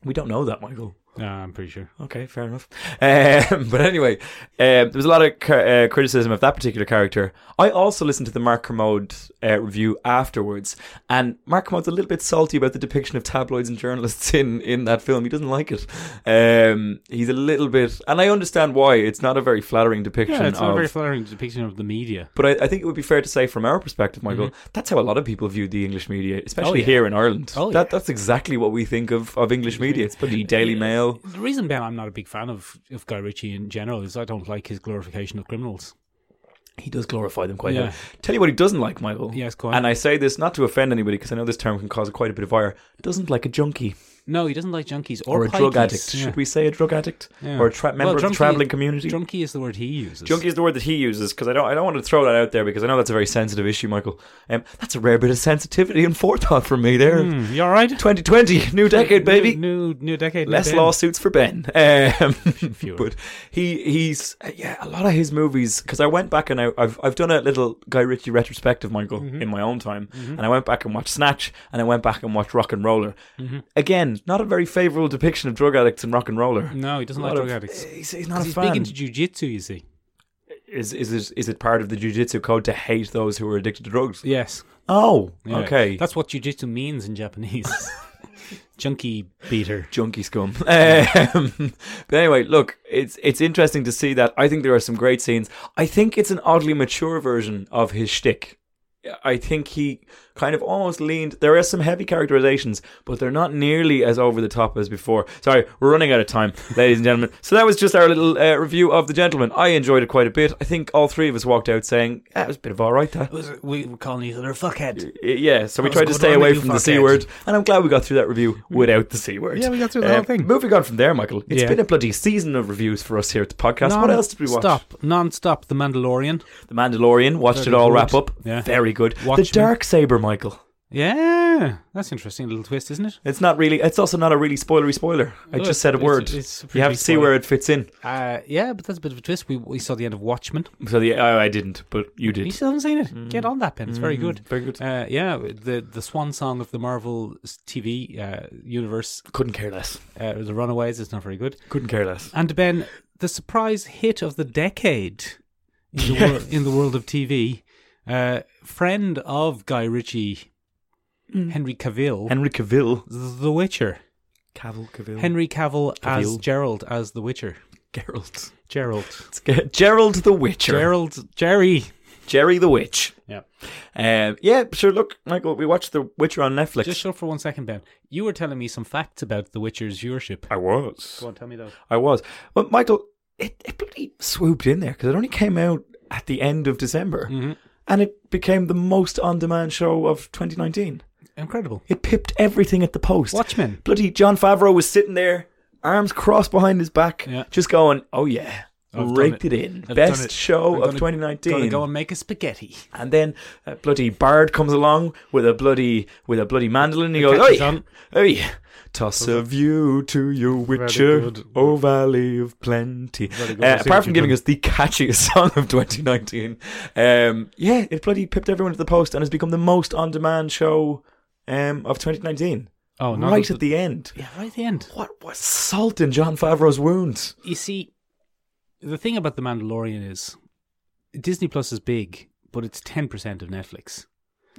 [SPEAKER 3] We don't know that, Michael.
[SPEAKER 2] Uh, I'm pretty sure.
[SPEAKER 3] Okay, fair enough. Um, but anyway, um, there was a lot of cr- uh, criticism of that particular character. I also listened to the Mark Kermode uh, review afterwards, and Mark Kermode's a little bit salty about the depiction of tabloids and journalists in, in that film. He doesn't like it. Um, he's a little bit, and I understand why. It's not a very flattering depiction
[SPEAKER 2] Yeah, it's
[SPEAKER 3] of
[SPEAKER 2] a very flattering depiction of the media.
[SPEAKER 3] But I, I think it would be fair to say, from our perspective, Michael, that's how a lot of people view the English media, especially
[SPEAKER 2] yeah.
[SPEAKER 3] here in Ireland.
[SPEAKER 2] Mm-hmm. Oh,
[SPEAKER 3] that, That's exactly what we think of, of English media. It's bloody Daily Mail.
[SPEAKER 2] The reason, Ben, I'm not a big fan of, of Guy Ritchie in general is I don't like his glorification of criminals.
[SPEAKER 3] He does glorify them quite
[SPEAKER 2] Yeah.
[SPEAKER 3] heavily. Tell you what he doesn't like, Michael.
[SPEAKER 2] Yes, go on.
[SPEAKER 3] And I say this not to offend anybody, because I know this term can cause quite a bit of ire. Doesn't like a junkie
[SPEAKER 2] No, he doesn't like junkies or,
[SPEAKER 3] or, a drug
[SPEAKER 2] pikeys.
[SPEAKER 3] addict.
[SPEAKER 2] Yeah.
[SPEAKER 3] Should we say a drug addict
[SPEAKER 2] Yeah.
[SPEAKER 3] or a tra- member
[SPEAKER 2] Well,
[SPEAKER 3] of
[SPEAKER 2] drunkie-
[SPEAKER 3] the traveling community?
[SPEAKER 2] Drunkie is the word he uses.
[SPEAKER 3] Junkie is the word that he uses because I don't I don't want to throw that out there because I know that's a very sensitive issue, Michael. Um, that's a rare bit of sensitivity and forethought from me there.
[SPEAKER 2] Hmm, you all right?
[SPEAKER 3] 2020, new decade, baby.
[SPEAKER 2] New, new, new decade. new
[SPEAKER 3] Less
[SPEAKER 2] Ben.
[SPEAKER 3] lawsuits for Ben. Um,
[SPEAKER 2] Fewer.
[SPEAKER 3] but he he's yeah, a lot of his movies because I went back and I, I've I've done a little Guy Ritchie retrospective, Michael,
[SPEAKER 2] Mm-hmm.
[SPEAKER 3] in my own time, and I went back and watched Snatch, and I went back and watched Rock and Roller.
[SPEAKER 2] Mm-hmm.
[SPEAKER 3] Again, not a very favourable depiction of drug addicts and Rock and Roller.
[SPEAKER 2] No, he doesn't
[SPEAKER 3] A
[SPEAKER 2] like
[SPEAKER 3] lot
[SPEAKER 2] drug
[SPEAKER 3] of- eh,
[SPEAKER 2] addicts.
[SPEAKER 3] He's, he's not a
[SPEAKER 2] He's big
[SPEAKER 3] fan.
[SPEAKER 2] into jujitsu, you see.
[SPEAKER 3] is, is is is it part of the jujitsu code to hate those who are addicted to drugs?
[SPEAKER 2] Yes.
[SPEAKER 3] Oh,
[SPEAKER 2] Yeah.
[SPEAKER 3] okay.
[SPEAKER 2] That's what jujitsu means in Japanese. Junkie beater.
[SPEAKER 3] junkie scum. Um, but anyway, look, it's it's interesting to see that. I think there are some great scenes. I think it's an oddly mature version of his shtick. I think he kind of almost leaned. There are some heavy characterizations, but they're not nearly as over the top as before. Sorry, we're running out of time, ladies and gentlemen. So that was just our little uh, review of the gentleman. I enjoyed it quite a bit. I think all three of us walked out saying, "That was a bit of all right." That
[SPEAKER 1] Was, we were calling each other fuckhead.
[SPEAKER 3] Uh, yeah, so we
[SPEAKER 2] Oh,
[SPEAKER 1] That was a
[SPEAKER 3] tried to
[SPEAKER 1] good
[SPEAKER 3] stay
[SPEAKER 1] one,
[SPEAKER 3] away
[SPEAKER 1] you
[SPEAKER 3] from the
[SPEAKER 1] fuckhead.
[SPEAKER 3] C word, and I'm glad we got through that review without the C word.
[SPEAKER 2] Hmm. Yeah, we got through the whole thing.
[SPEAKER 3] Moving on from there, Michael, It's
[SPEAKER 2] Yeah.
[SPEAKER 3] been a bloody season of reviews for us here at the podcast. what else did we watch?
[SPEAKER 2] Stop. Non-stop. The Mandalorian.
[SPEAKER 3] The Mandalorian, watched
[SPEAKER 2] Very
[SPEAKER 3] it all
[SPEAKER 2] good.
[SPEAKER 3] wrap up.
[SPEAKER 2] Yeah.
[SPEAKER 3] Very good.
[SPEAKER 2] Watchmen.
[SPEAKER 3] The Dark Saber, Michael.
[SPEAKER 2] Yeah, that's interesting little twist, isn't it?
[SPEAKER 3] It's not really. It's also not a really spoilery spoiler. I
[SPEAKER 2] No,
[SPEAKER 3] just said a
[SPEAKER 2] it's-
[SPEAKER 3] word.
[SPEAKER 2] it's- it's a
[SPEAKER 3] you have to
[SPEAKER 2] pretty
[SPEAKER 3] see where it fits in.
[SPEAKER 2] Uh, yeah, but that's a bit of a twist. We we saw the end of Watchmen.
[SPEAKER 3] So the oh, I didn't, but you
[SPEAKER 2] You
[SPEAKER 3] did.
[SPEAKER 2] still haven't seen it. Get on that, Ben. It's very good.
[SPEAKER 3] Very good.
[SPEAKER 2] Uh, yeah, the the swan song of the Marvel s- TV uh, universe,
[SPEAKER 3] Couldn't care less.
[SPEAKER 2] uh, the Runaways. It's not very good.
[SPEAKER 3] Couldn't care less.
[SPEAKER 2] And Ben, the surprise hit of the decade in the, wor- in the world of TV, uh, friend of Guy Ritchie, Henry Cavill,
[SPEAKER 3] Henry Cavill.
[SPEAKER 2] The Witcher.
[SPEAKER 3] Cavill. Cavill.
[SPEAKER 2] Henry Cavill as
[SPEAKER 3] Cavill.
[SPEAKER 2] Gerald as The Witcher.
[SPEAKER 3] Geralt.
[SPEAKER 2] Gerald.
[SPEAKER 3] It's Ge- Gerald the Witcher.
[SPEAKER 2] Gerald. Jerry.
[SPEAKER 3] Jerry the Witch.
[SPEAKER 2] Yeah.
[SPEAKER 3] Um, yeah, sure. Look, Michael, we watched The Witcher on Netflix.
[SPEAKER 2] Just shut up for one second, Ben. You were telling me some facts about The Witcher's viewership.
[SPEAKER 3] I was.
[SPEAKER 2] Go on, tell me those.
[SPEAKER 3] I was. But Michael, it, it bloody swooped in there because it only came out at the end of December,
[SPEAKER 2] Mm-hmm.
[SPEAKER 3] and it became the most on-demand show of 2019.
[SPEAKER 2] Incredible.
[SPEAKER 3] It pipped everything at the post.
[SPEAKER 2] Watchmen.
[SPEAKER 3] Bloody John Favreau was sitting there, arms crossed behind his back,
[SPEAKER 2] Yeah.
[SPEAKER 3] just going, "Oh yeah."
[SPEAKER 2] I've done
[SPEAKER 3] raked
[SPEAKER 2] it.
[SPEAKER 3] it. in.
[SPEAKER 2] I've
[SPEAKER 3] Best
[SPEAKER 2] done it.
[SPEAKER 3] show
[SPEAKER 2] I'm
[SPEAKER 3] of
[SPEAKER 2] gonna-
[SPEAKER 3] 2019.
[SPEAKER 2] Gonna go and make a spaghetti.
[SPEAKER 3] And then a bloody bard comes along with a bloody with a bloody mandolin. And he goes,
[SPEAKER 2] catches
[SPEAKER 3] "Oi,
[SPEAKER 2] on."
[SPEAKER 3] oi, toss a view to you, Witcher,
[SPEAKER 2] good.
[SPEAKER 3] O Valley of Plenty."
[SPEAKER 2] good.
[SPEAKER 3] Uh,
[SPEAKER 2] I see what
[SPEAKER 3] apart from
[SPEAKER 2] you've
[SPEAKER 3] giving
[SPEAKER 2] done.
[SPEAKER 3] us the catchiest song of 2019, um, yeah, it bloody pipped everyone to the post and has become the most on-demand show um, of 2019.
[SPEAKER 2] Oh, not
[SPEAKER 3] right at the end,
[SPEAKER 2] yeah, right at the end.
[SPEAKER 3] what was salt in John Favreau's wounds?
[SPEAKER 2] You see, the thing about The Mandalorian is Disney Plus is big, but it's ten percent of Netflix.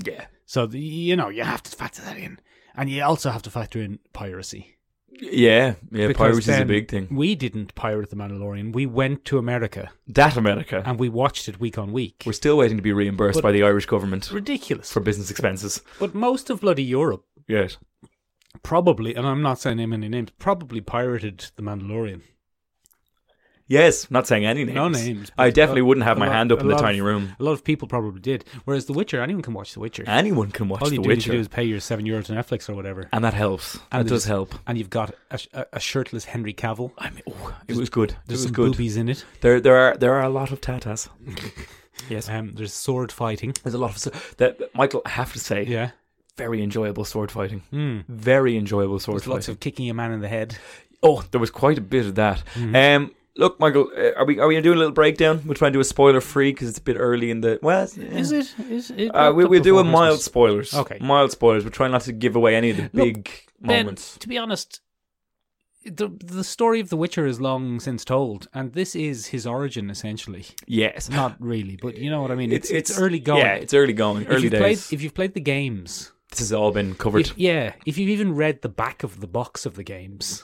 [SPEAKER 3] Yeah,
[SPEAKER 2] So the, you know you have to factor that in, and you also have to factor in piracy.
[SPEAKER 3] yeah, yeah.
[SPEAKER 2] Because
[SPEAKER 3] Piracy is a
[SPEAKER 2] then
[SPEAKER 3] big thing.
[SPEAKER 2] We didn't pirate The Mandalorian. We went to America
[SPEAKER 3] That America.
[SPEAKER 2] and we watched it week on week.
[SPEAKER 3] We're still waiting to be reimbursed
[SPEAKER 2] Um, But-
[SPEAKER 3] by the Irish government
[SPEAKER 2] It's ridiculous.
[SPEAKER 3] for business expenses.
[SPEAKER 2] but most of bloody Europe
[SPEAKER 3] Yes.
[SPEAKER 2] probably, and I'm not saying name any names, probably pirated The Mandalorian.
[SPEAKER 3] Yes, not saying any names.
[SPEAKER 2] No names,
[SPEAKER 3] I
[SPEAKER 2] but
[SPEAKER 3] definitely
[SPEAKER 2] a-
[SPEAKER 3] wouldn't have
[SPEAKER 2] a
[SPEAKER 3] my
[SPEAKER 2] lot-
[SPEAKER 3] hand up
[SPEAKER 2] a
[SPEAKER 3] in the
[SPEAKER 2] lot of-
[SPEAKER 3] tiny room.
[SPEAKER 2] A lot of people probably did. Whereas The Witcher, anyone can watch The Witcher.
[SPEAKER 3] Anyone can watch
[SPEAKER 2] All you
[SPEAKER 3] The
[SPEAKER 2] do need to
[SPEAKER 3] Witcher,
[SPEAKER 2] do is pay your seven euros to Netflix or whatever,
[SPEAKER 3] and that helps.
[SPEAKER 2] And
[SPEAKER 3] that does
[SPEAKER 2] there's-
[SPEAKER 3] help.
[SPEAKER 2] and you've got a, sh- a- a shirtless Henry Cavill.
[SPEAKER 3] I mean, ooh, it was good. It
[SPEAKER 2] There's
[SPEAKER 3] was
[SPEAKER 2] some
[SPEAKER 3] good.
[SPEAKER 2] boobies in it.
[SPEAKER 3] There, there are there are a lot of tatas. yes,
[SPEAKER 2] Um, there's sword fighting.
[SPEAKER 3] there's a lot of that. Michael, I have to say,
[SPEAKER 2] Yeah,
[SPEAKER 3] very enjoyable sword fighting.
[SPEAKER 2] mm.
[SPEAKER 3] Very enjoyable sword
[SPEAKER 2] there's
[SPEAKER 3] fighting.
[SPEAKER 2] lots of kicking a man in the head.
[SPEAKER 3] Oh, there was quite a bit of that.
[SPEAKER 2] Hmm.
[SPEAKER 3] Um, look, Michael, uh, are we are we gonna do a little breakdown? We'll try and do a spoiler free because it's a bit early in the. Well, it's-
[SPEAKER 2] Is it? Is it?
[SPEAKER 3] Uh,
[SPEAKER 2] wrapped
[SPEAKER 3] we
[SPEAKER 2] up
[SPEAKER 3] we'll do
[SPEAKER 2] before
[SPEAKER 3] a mild
[SPEAKER 2] Christmas?
[SPEAKER 3] spoilers.
[SPEAKER 2] Eh, Okay.
[SPEAKER 3] mild spoilers. We're trying not to give away any of the
[SPEAKER 2] Look,
[SPEAKER 3] big
[SPEAKER 2] Ben,
[SPEAKER 3] moments.
[SPEAKER 2] to be honest, the the story of The Witcher is long since told, and this is his origin essentially.
[SPEAKER 3] Yes,
[SPEAKER 2] Not really, but you know what I mean. It's it's, early going.
[SPEAKER 3] Yeah, it's early going.
[SPEAKER 2] if
[SPEAKER 3] Early
[SPEAKER 2] you've
[SPEAKER 3] days.
[SPEAKER 2] Played, if you've played the games,
[SPEAKER 3] this has all been covered.
[SPEAKER 2] if, yeah. If you've even read the back of the box of the games,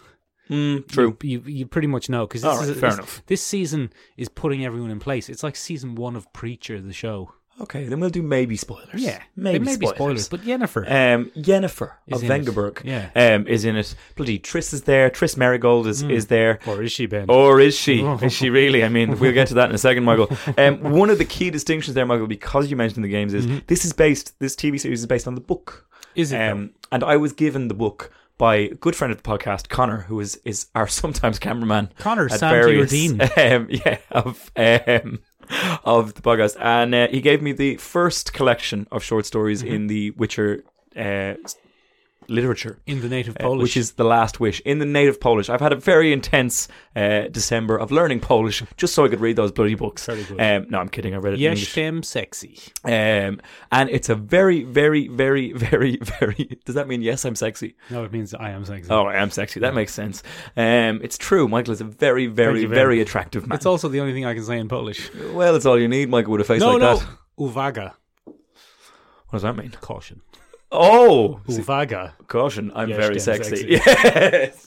[SPEAKER 3] mm, true.
[SPEAKER 2] you you, you pretty much know because this
[SPEAKER 3] All right,
[SPEAKER 2] is a-
[SPEAKER 3] fair
[SPEAKER 2] this,
[SPEAKER 3] enough.
[SPEAKER 2] this season is putting everyone in place. It's like season one of Preacher, the show.
[SPEAKER 3] Okay, then we'll do maybe spoilers.
[SPEAKER 2] maybe
[SPEAKER 3] maybe
[SPEAKER 2] there may
[SPEAKER 3] spoilers.
[SPEAKER 2] be spoilers, but Jennifer.
[SPEAKER 3] Um, Jennifer
[SPEAKER 2] Is
[SPEAKER 3] of
[SPEAKER 2] in it.
[SPEAKER 3] Vengerberg
[SPEAKER 2] Yeah. Hmm.
[SPEAKER 3] um, is in it. Bloody Triss is there. Triss Marigold is, is there.
[SPEAKER 2] or is she Ben?
[SPEAKER 3] Or is she? Is she really? I mean, we'll get to that in a second, Michael. Um, one of the key distinctions there, Michael, because you mentioned the games,
[SPEAKER 2] Mm-hmm.
[SPEAKER 3] is this is based. This TV series is based on the book,
[SPEAKER 2] Is it? though?
[SPEAKER 3] um, and I was given the book by a good friend of the podcast, Connor, who is is our sometimes cameraman.
[SPEAKER 2] Connor,
[SPEAKER 3] at
[SPEAKER 2] Sam
[SPEAKER 3] various-
[SPEAKER 2] Giordine.
[SPEAKER 3] um, yeah, of um, of the podcast, and uh, he gave me the first collection of short stories
[SPEAKER 2] Mm-hmm.
[SPEAKER 3] in the Witcher uh, s- literature.
[SPEAKER 2] in the native
[SPEAKER 3] Uh,
[SPEAKER 2] Polish,
[SPEAKER 3] which is the last wish in the native Polish. I've had a very intense uh, December of learning Polish just so I could read those bloody books.
[SPEAKER 2] Very good.
[SPEAKER 3] Um, no, I'm kidding. I read it in English.
[SPEAKER 2] jestem sexy.
[SPEAKER 3] Um, and it's a very, very, very, very, very. Does that mean yes, I'm sexy?
[SPEAKER 2] No, it means I am sexy.
[SPEAKER 3] Oh, I am sexy. That makes sense. Um, it's true. Michael is a very, very,
[SPEAKER 2] you very
[SPEAKER 3] very
[SPEAKER 2] much.
[SPEAKER 3] attractive man.
[SPEAKER 2] It's also the only thing I can say in Polish.
[SPEAKER 3] well, it's all you need, Michael, with a face
[SPEAKER 2] no,
[SPEAKER 3] like
[SPEAKER 2] no.
[SPEAKER 3] that.
[SPEAKER 2] Uwaga.
[SPEAKER 3] What does that mean?
[SPEAKER 2] Caution.
[SPEAKER 3] Oh,
[SPEAKER 2] Uwaga.
[SPEAKER 3] caution, I'm
[SPEAKER 2] Yes,
[SPEAKER 3] very
[SPEAKER 2] damn
[SPEAKER 3] sexy.
[SPEAKER 2] sexy.
[SPEAKER 3] Yes.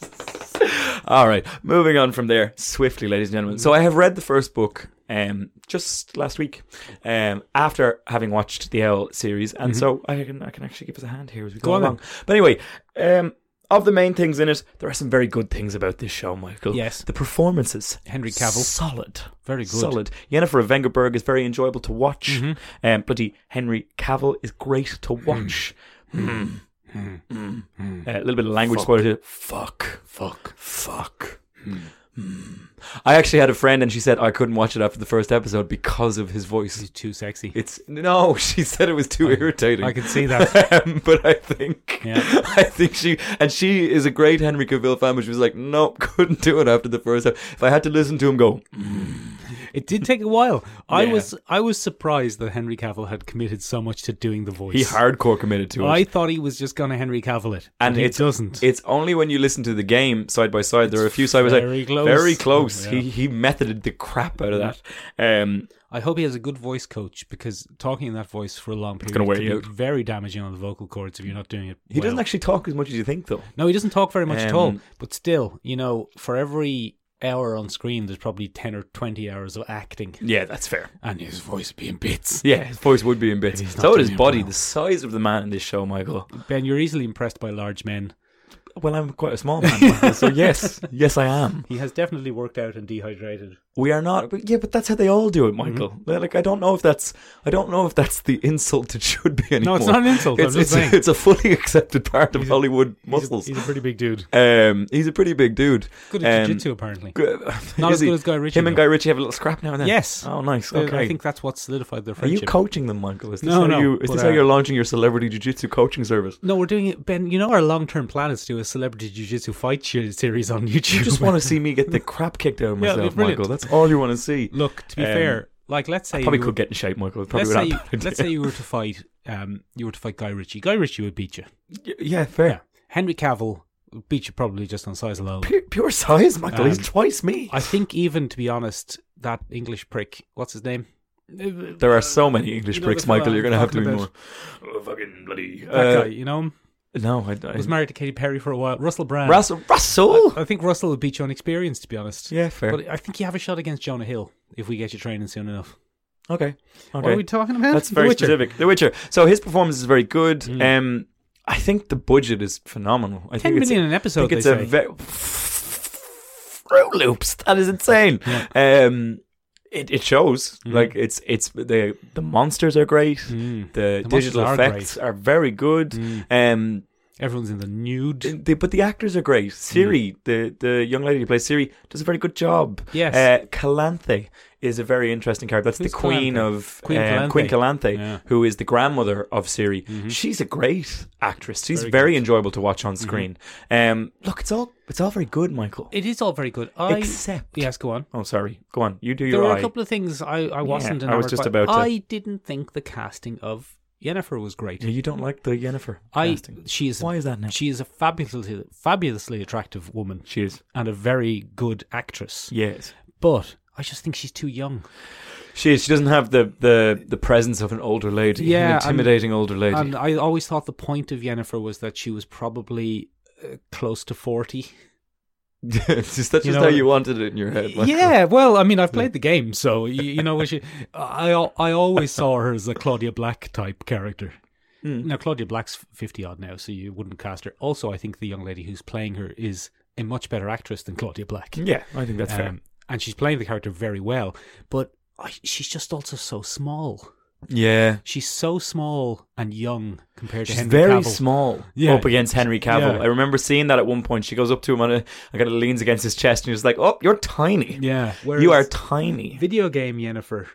[SPEAKER 3] All right, moving on from there swiftly, ladies and gentlemen. So I have read the first book um, just last week um, after having watched the Owl series, and so I can I can actually give us a hand here as we go,
[SPEAKER 2] Mm-hmm. Go on
[SPEAKER 3] along. But anyway, um, of the main things in it, there are some very good things about this show, Michael.
[SPEAKER 2] Yes.
[SPEAKER 3] the performances,
[SPEAKER 2] Henry Cavill.
[SPEAKER 3] solid.
[SPEAKER 2] Very good. Mm-hmm.
[SPEAKER 3] Solid. Jennifer of Vengerberg is very enjoyable to watch. Um, bloody Henry Cavill is great to watch. Hmm. Hmm. Uh, a little bit of language spoiler. here. Fuck. Fuck. Fuck. Hmm. I actually had a friend, and she said I couldn't watch it after the first episode because of his voice.
[SPEAKER 2] He's too sexy.
[SPEAKER 3] It's no. She said it was too irritating.
[SPEAKER 2] I can see that.
[SPEAKER 3] Um, but I think
[SPEAKER 2] Yeah.
[SPEAKER 3] I think she and she is a great Henry Cavill fan, but she was like, nope, couldn't do it after the first. Episode. If I had to listen to him go,
[SPEAKER 2] It did take a while. I
[SPEAKER 3] Yeah.
[SPEAKER 2] was I was surprised that Henry Cavill had committed so much to doing the voice.
[SPEAKER 3] he hardcore committed to it.
[SPEAKER 2] I thought he was just going to Henry Cavill it,
[SPEAKER 3] and
[SPEAKER 2] he
[SPEAKER 3] it's,
[SPEAKER 2] doesn't.
[SPEAKER 3] It's only when you listen to the game side by side. There are a few side by side,
[SPEAKER 2] very close. Oh,
[SPEAKER 3] Very close.
[SPEAKER 2] Yeah.
[SPEAKER 3] He he methoded the crap out of that. Um,
[SPEAKER 2] I hope he has a good voice coach because talking in that voice for a long period
[SPEAKER 3] gonna wear
[SPEAKER 2] can
[SPEAKER 3] you
[SPEAKER 2] be very damaging on the vocal cords if you're not doing it.
[SPEAKER 3] he doesn't actually talk as much as you think, though.
[SPEAKER 2] No, he doesn't talk very much at all.
[SPEAKER 3] Um,
[SPEAKER 2] But still, you know, for every hour on screen, there's probably ten or twenty hours of acting,
[SPEAKER 3] Yeah, that's fair.
[SPEAKER 2] and his voice being bits.
[SPEAKER 3] Yeah, his voice would be in bits.
[SPEAKER 2] He's not
[SPEAKER 3] So would his
[SPEAKER 2] doing it
[SPEAKER 3] body,
[SPEAKER 2] well.
[SPEAKER 3] the size of the man in this show, Michael.
[SPEAKER 2] Ben, you're easily impressed by large men.
[SPEAKER 3] Well, I'm quite a small man, Michael, so yes, yes, I am.
[SPEAKER 2] He has definitely worked out and dehydrated.
[SPEAKER 3] We are not. But yeah, but that's how they all do it, Michael.
[SPEAKER 2] Mm-hmm.
[SPEAKER 3] Like I don't know if that's I don't know if that's the insult it should be
[SPEAKER 2] No,
[SPEAKER 3] anymore.
[SPEAKER 2] it's not an insult.
[SPEAKER 3] It's,
[SPEAKER 2] I'm just
[SPEAKER 3] it's,
[SPEAKER 2] saying.
[SPEAKER 3] it's a fully accepted part of
[SPEAKER 2] He's a-
[SPEAKER 3] Hollywood
[SPEAKER 2] He's a,
[SPEAKER 3] muscles.
[SPEAKER 2] he's a pretty big dude.
[SPEAKER 3] um, he's a pretty big dude.
[SPEAKER 2] Good at
[SPEAKER 3] Um,
[SPEAKER 2] jiu-jitsu, apparently.
[SPEAKER 3] Good.
[SPEAKER 2] Not
[SPEAKER 3] Is
[SPEAKER 2] as
[SPEAKER 3] he?
[SPEAKER 2] good as Guy Ritchie.
[SPEAKER 3] Him and
[SPEAKER 2] though.
[SPEAKER 3] Guy Ritchie have a little scrap now and then.
[SPEAKER 2] Yes.
[SPEAKER 3] Oh, nice.
[SPEAKER 2] Uh,
[SPEAKER 3] Okay.
[SPEAKER 2] I think that's what solidified their
[SPEAKER 3] Are you
[SPEAKER 2] friendship.
[SPEAKER 3] coaching them, Michael? Is this
[SPEAKER 2] No,
[SPEAKER 3] how
[SPEAKER 2] no,
[SPEAKER 3] you? Is
[SPEAKER 2] but,
[SPEAKER 3] this how
[SPEAKER 2] uh,
[SPEAKER 3] you're launching your celebrity jiu-jitsu coaching service?
[SPEAKER 2] no, we're doing it, Ben. You know our long-term plan is to do a celebrity jiu-jitsu fight sh- series on YouTube.
[SPEAKER 3] You just want to see me get the crap kicked out of
[SPEAKER 2] Yeah, it'd be
[SPEAKER 3] myself,
[SPEAKER 2] brilliant.
[SPEAKER 3] Michael. That's all you want to see.
[SPEAKER 2] look. To be
[SPEAKER 3] Um,
[SPEAKER 2] fair, like let's say
[SPEAKER 3] Probably
[SPEAKER 2] you were-
[SPEAKER 3] could get in shape, Michael. It's Probably
[SPEAKER 2] Let's say,
[SPEAKER 3] not
[SPEAKER 2] you,
[SPEAKER 3] a bad
[SPEAKER 2] let's say
[SPEAKER 3] idea.
[SPEAKER 2] you were to fight, um, you were to fight Guy Ritchie. Guy Ritchie would beat you.
[SPEAKER 3] Y- yeah, fair.
[SPEAKER 2] Yeah. Henry Cavill would beat you probably just on size alone.
[SPEAKER 3] Pure, pure size, Michael. He's
[SPEAKER 2] Um,
[SPEAKER 3] twice me.
[SPEAKER 2] I think even to be honest, that English prick, what's his name?
[SPEAKER 3] There are so many English
[SPEAKER 2] you know
[SPEAKER 3] bricks,
[SPEAKER 2] the fella
[SPEAKER 3] Michael. You're going to
[SPEAKER 2] I'm
[SPEAKER 3] have to be
[SPEAKER 2] talking
[SPEAKER 3] more.
[SPEAKER 2] about?
[SPEAKER 3] Oh, fucking bloody.
[SPEAKER 2] That
[SPEAKER 3] Uh,
[SPEAKER 2] guy, you know him.
[SPEAKER 3] no, I, I,
[SPEAKER 2] Was married to Katy Perry for a while. Russell Brand.
[SPEAKER 3] Russell. Russell.
[SPEAKER 2] I think Russell would beat you on experience, to be honest.
[SPEAKER 3] yeah, fair.
[SPEAKER 2] But I think you have a shot against Jonah Hill if we get you training soon enough.
[SPEAKER 3] okay.
[SPEAKER 2] What
[SPEAKER 3] Okay.
[SPEAKER 2] are we talking about?
[SPEAKER 3] That's
[SPEAKER 2] The
[SPEAKER 3] very
[SPEAKER 2] Witcher. Hmm.
[SPEAKER 3] specific. The Witcher. So his performance is very good. Um, I think the budget is phenomenal.
[SPEAKER 2] Ten
[SPEAKER 3] I think it's,
[SPEAKER 2] million an
[SPEAKER 3] I
[SPEAKER 2] episode.
[SPEAKER 3] think it's
[SPEAKER 2] they
[SPEAKER 3] a
[SPEAKER 2] say.
[SPEAKER 3] very. Fruit Loops. That is insane. Um, it, it shows
[SPEAKER 2] Hmm.
[SPEAKER 3] like it's it's the the monsters are great. The,
[SPEAKER 2] The monsters
[SPEAKER 3] digital
[SPEAKER 2] are Hmm.
[SPEAKER 3] effects are very good. Um,
[SPEAKER 2] Everyone's in the nude.
[SPEAKER 3] the, but the actors are great.
[SPEAKER 2] Mm-hmm.
[SPEAKER 3] Siri, the the young lady who plays Siri, does a very good job.
[SPEAKER 2] Yes.
[SPEAKER 3] uh, Calanthe is a very interesting character. That's
[SPEAKER 2] Who's
[SPEAKER 3] the queen
[SPEAKER 2] Calanthe?
[SPEAKER 3] of
[SPEAKER 2] Queen
[SPEAKER 3] uh,
[SPEAKER 2] Calanthe.
[SPEAKER 3] Queen Calanthe,
[SPEAKER 2] Yeah. Mm-hmm.
[SPEAKER 3] who is the grandmother of Siri. She's a great actress. She's very,
[SPEAKER 2] Very Mm-hmm.
[SPEAKER 3] enjoyable to watch on screen. Um, look, it's all it's all very good, Michael.
[SPEAKER 2] It is all very good. I,
[SPEAKER 3] Except,
[SPEAKER 2] yes, go on.
[SPEAKER 3] Oh, sorry. Go on. You do
[SPEAKER 2] There
[SPEAKER 3] your
[SPEAKER 2] were
[SPEAKER 3] eye.
[SPEAKER 2] a couple of things I, I wasn't.
[SPEAKER 3] I
[SPEAKER 2] enamored
[SPEAKER 3] was just
[SPEAKER 2] by.
[SPEAKER 3] about to-
[SPEAKER 2] I didn't think the casting of Yennefer was great.
[SPEAKER 3] Yeah, you don't like the Yennefer
[SPEAKER 2] I
[SPEAKER 3] casting.
[SPEAKER 2] she is
[SPEAKER 3] Why is that now?
[SPEAKER 2] She is a fabulously fabulously attractive woman.
[SPEAKER 3] She is.
[SPEAKER 2] and a very good actress.
[SPEAKER 3] Yes.
[SPEAKER 2] But I just think she's too young.
[SPEAKER 3] She is. She doesn't have the, the, the presence of an older lady.
[SPEAKER 2] Yeah,
[SPEAKER 3] an
[SPEAKER 2] and-
[SPEAKER 3] intimidating older lady.
[SPEAKER 2] And I always thought the point of Yennefer was that she was probably uh, close to 40.
[SPEAKER 3] It's just- that's
[SPEAKER 2] You
[SPEAKER 3] just
[SPEAKER 2] know-
[SPEAKER 3] how you wanted it in your head. Michael.
[SPEAKER 2] Yeah, well, I mean, I've played the game, so you, you know, when she, I al- I always saw her as a Claudia Black type character.
[SPEAKER 3] Hmm.
[SPEAKER 2] Now Claudia Black's fifty odd now, so you wouldn't cast her. Also, I think the young lady who's playing her is a much better actress than Claudia Black,
[SPEAKER 3] Yeah, I think that's fair.
[SPEAKER 2] um, and she's playing the character very well. But I, she's just also so small.
[SPEAKER 3] Yeah.
[SPEAKER 2] She's so small and young compared
[SPEAKER 3] She's
[SPEAKER 2] to Henry
[SPEAKER 3] very
[SPEAKER 2] Cavill.
[SPEAKER 3] small
[SPEAKER 2] Yeah.
[SPEAKER 3] up against Henry Cavill.
[SPEAKER 2] Yeah.
[SPEAKER 3] I remember seeing that at one point. She goes up to him and uh, and kind of leans against his chest and he's like, Oh, you're tiny.
[SPEAKER 2] Yeah,
[SPEAKER 3] you are
[SPEAKER 2] whereas
[SPEAKER 3] tiny.
[SPEAKER 2] video game Yennefer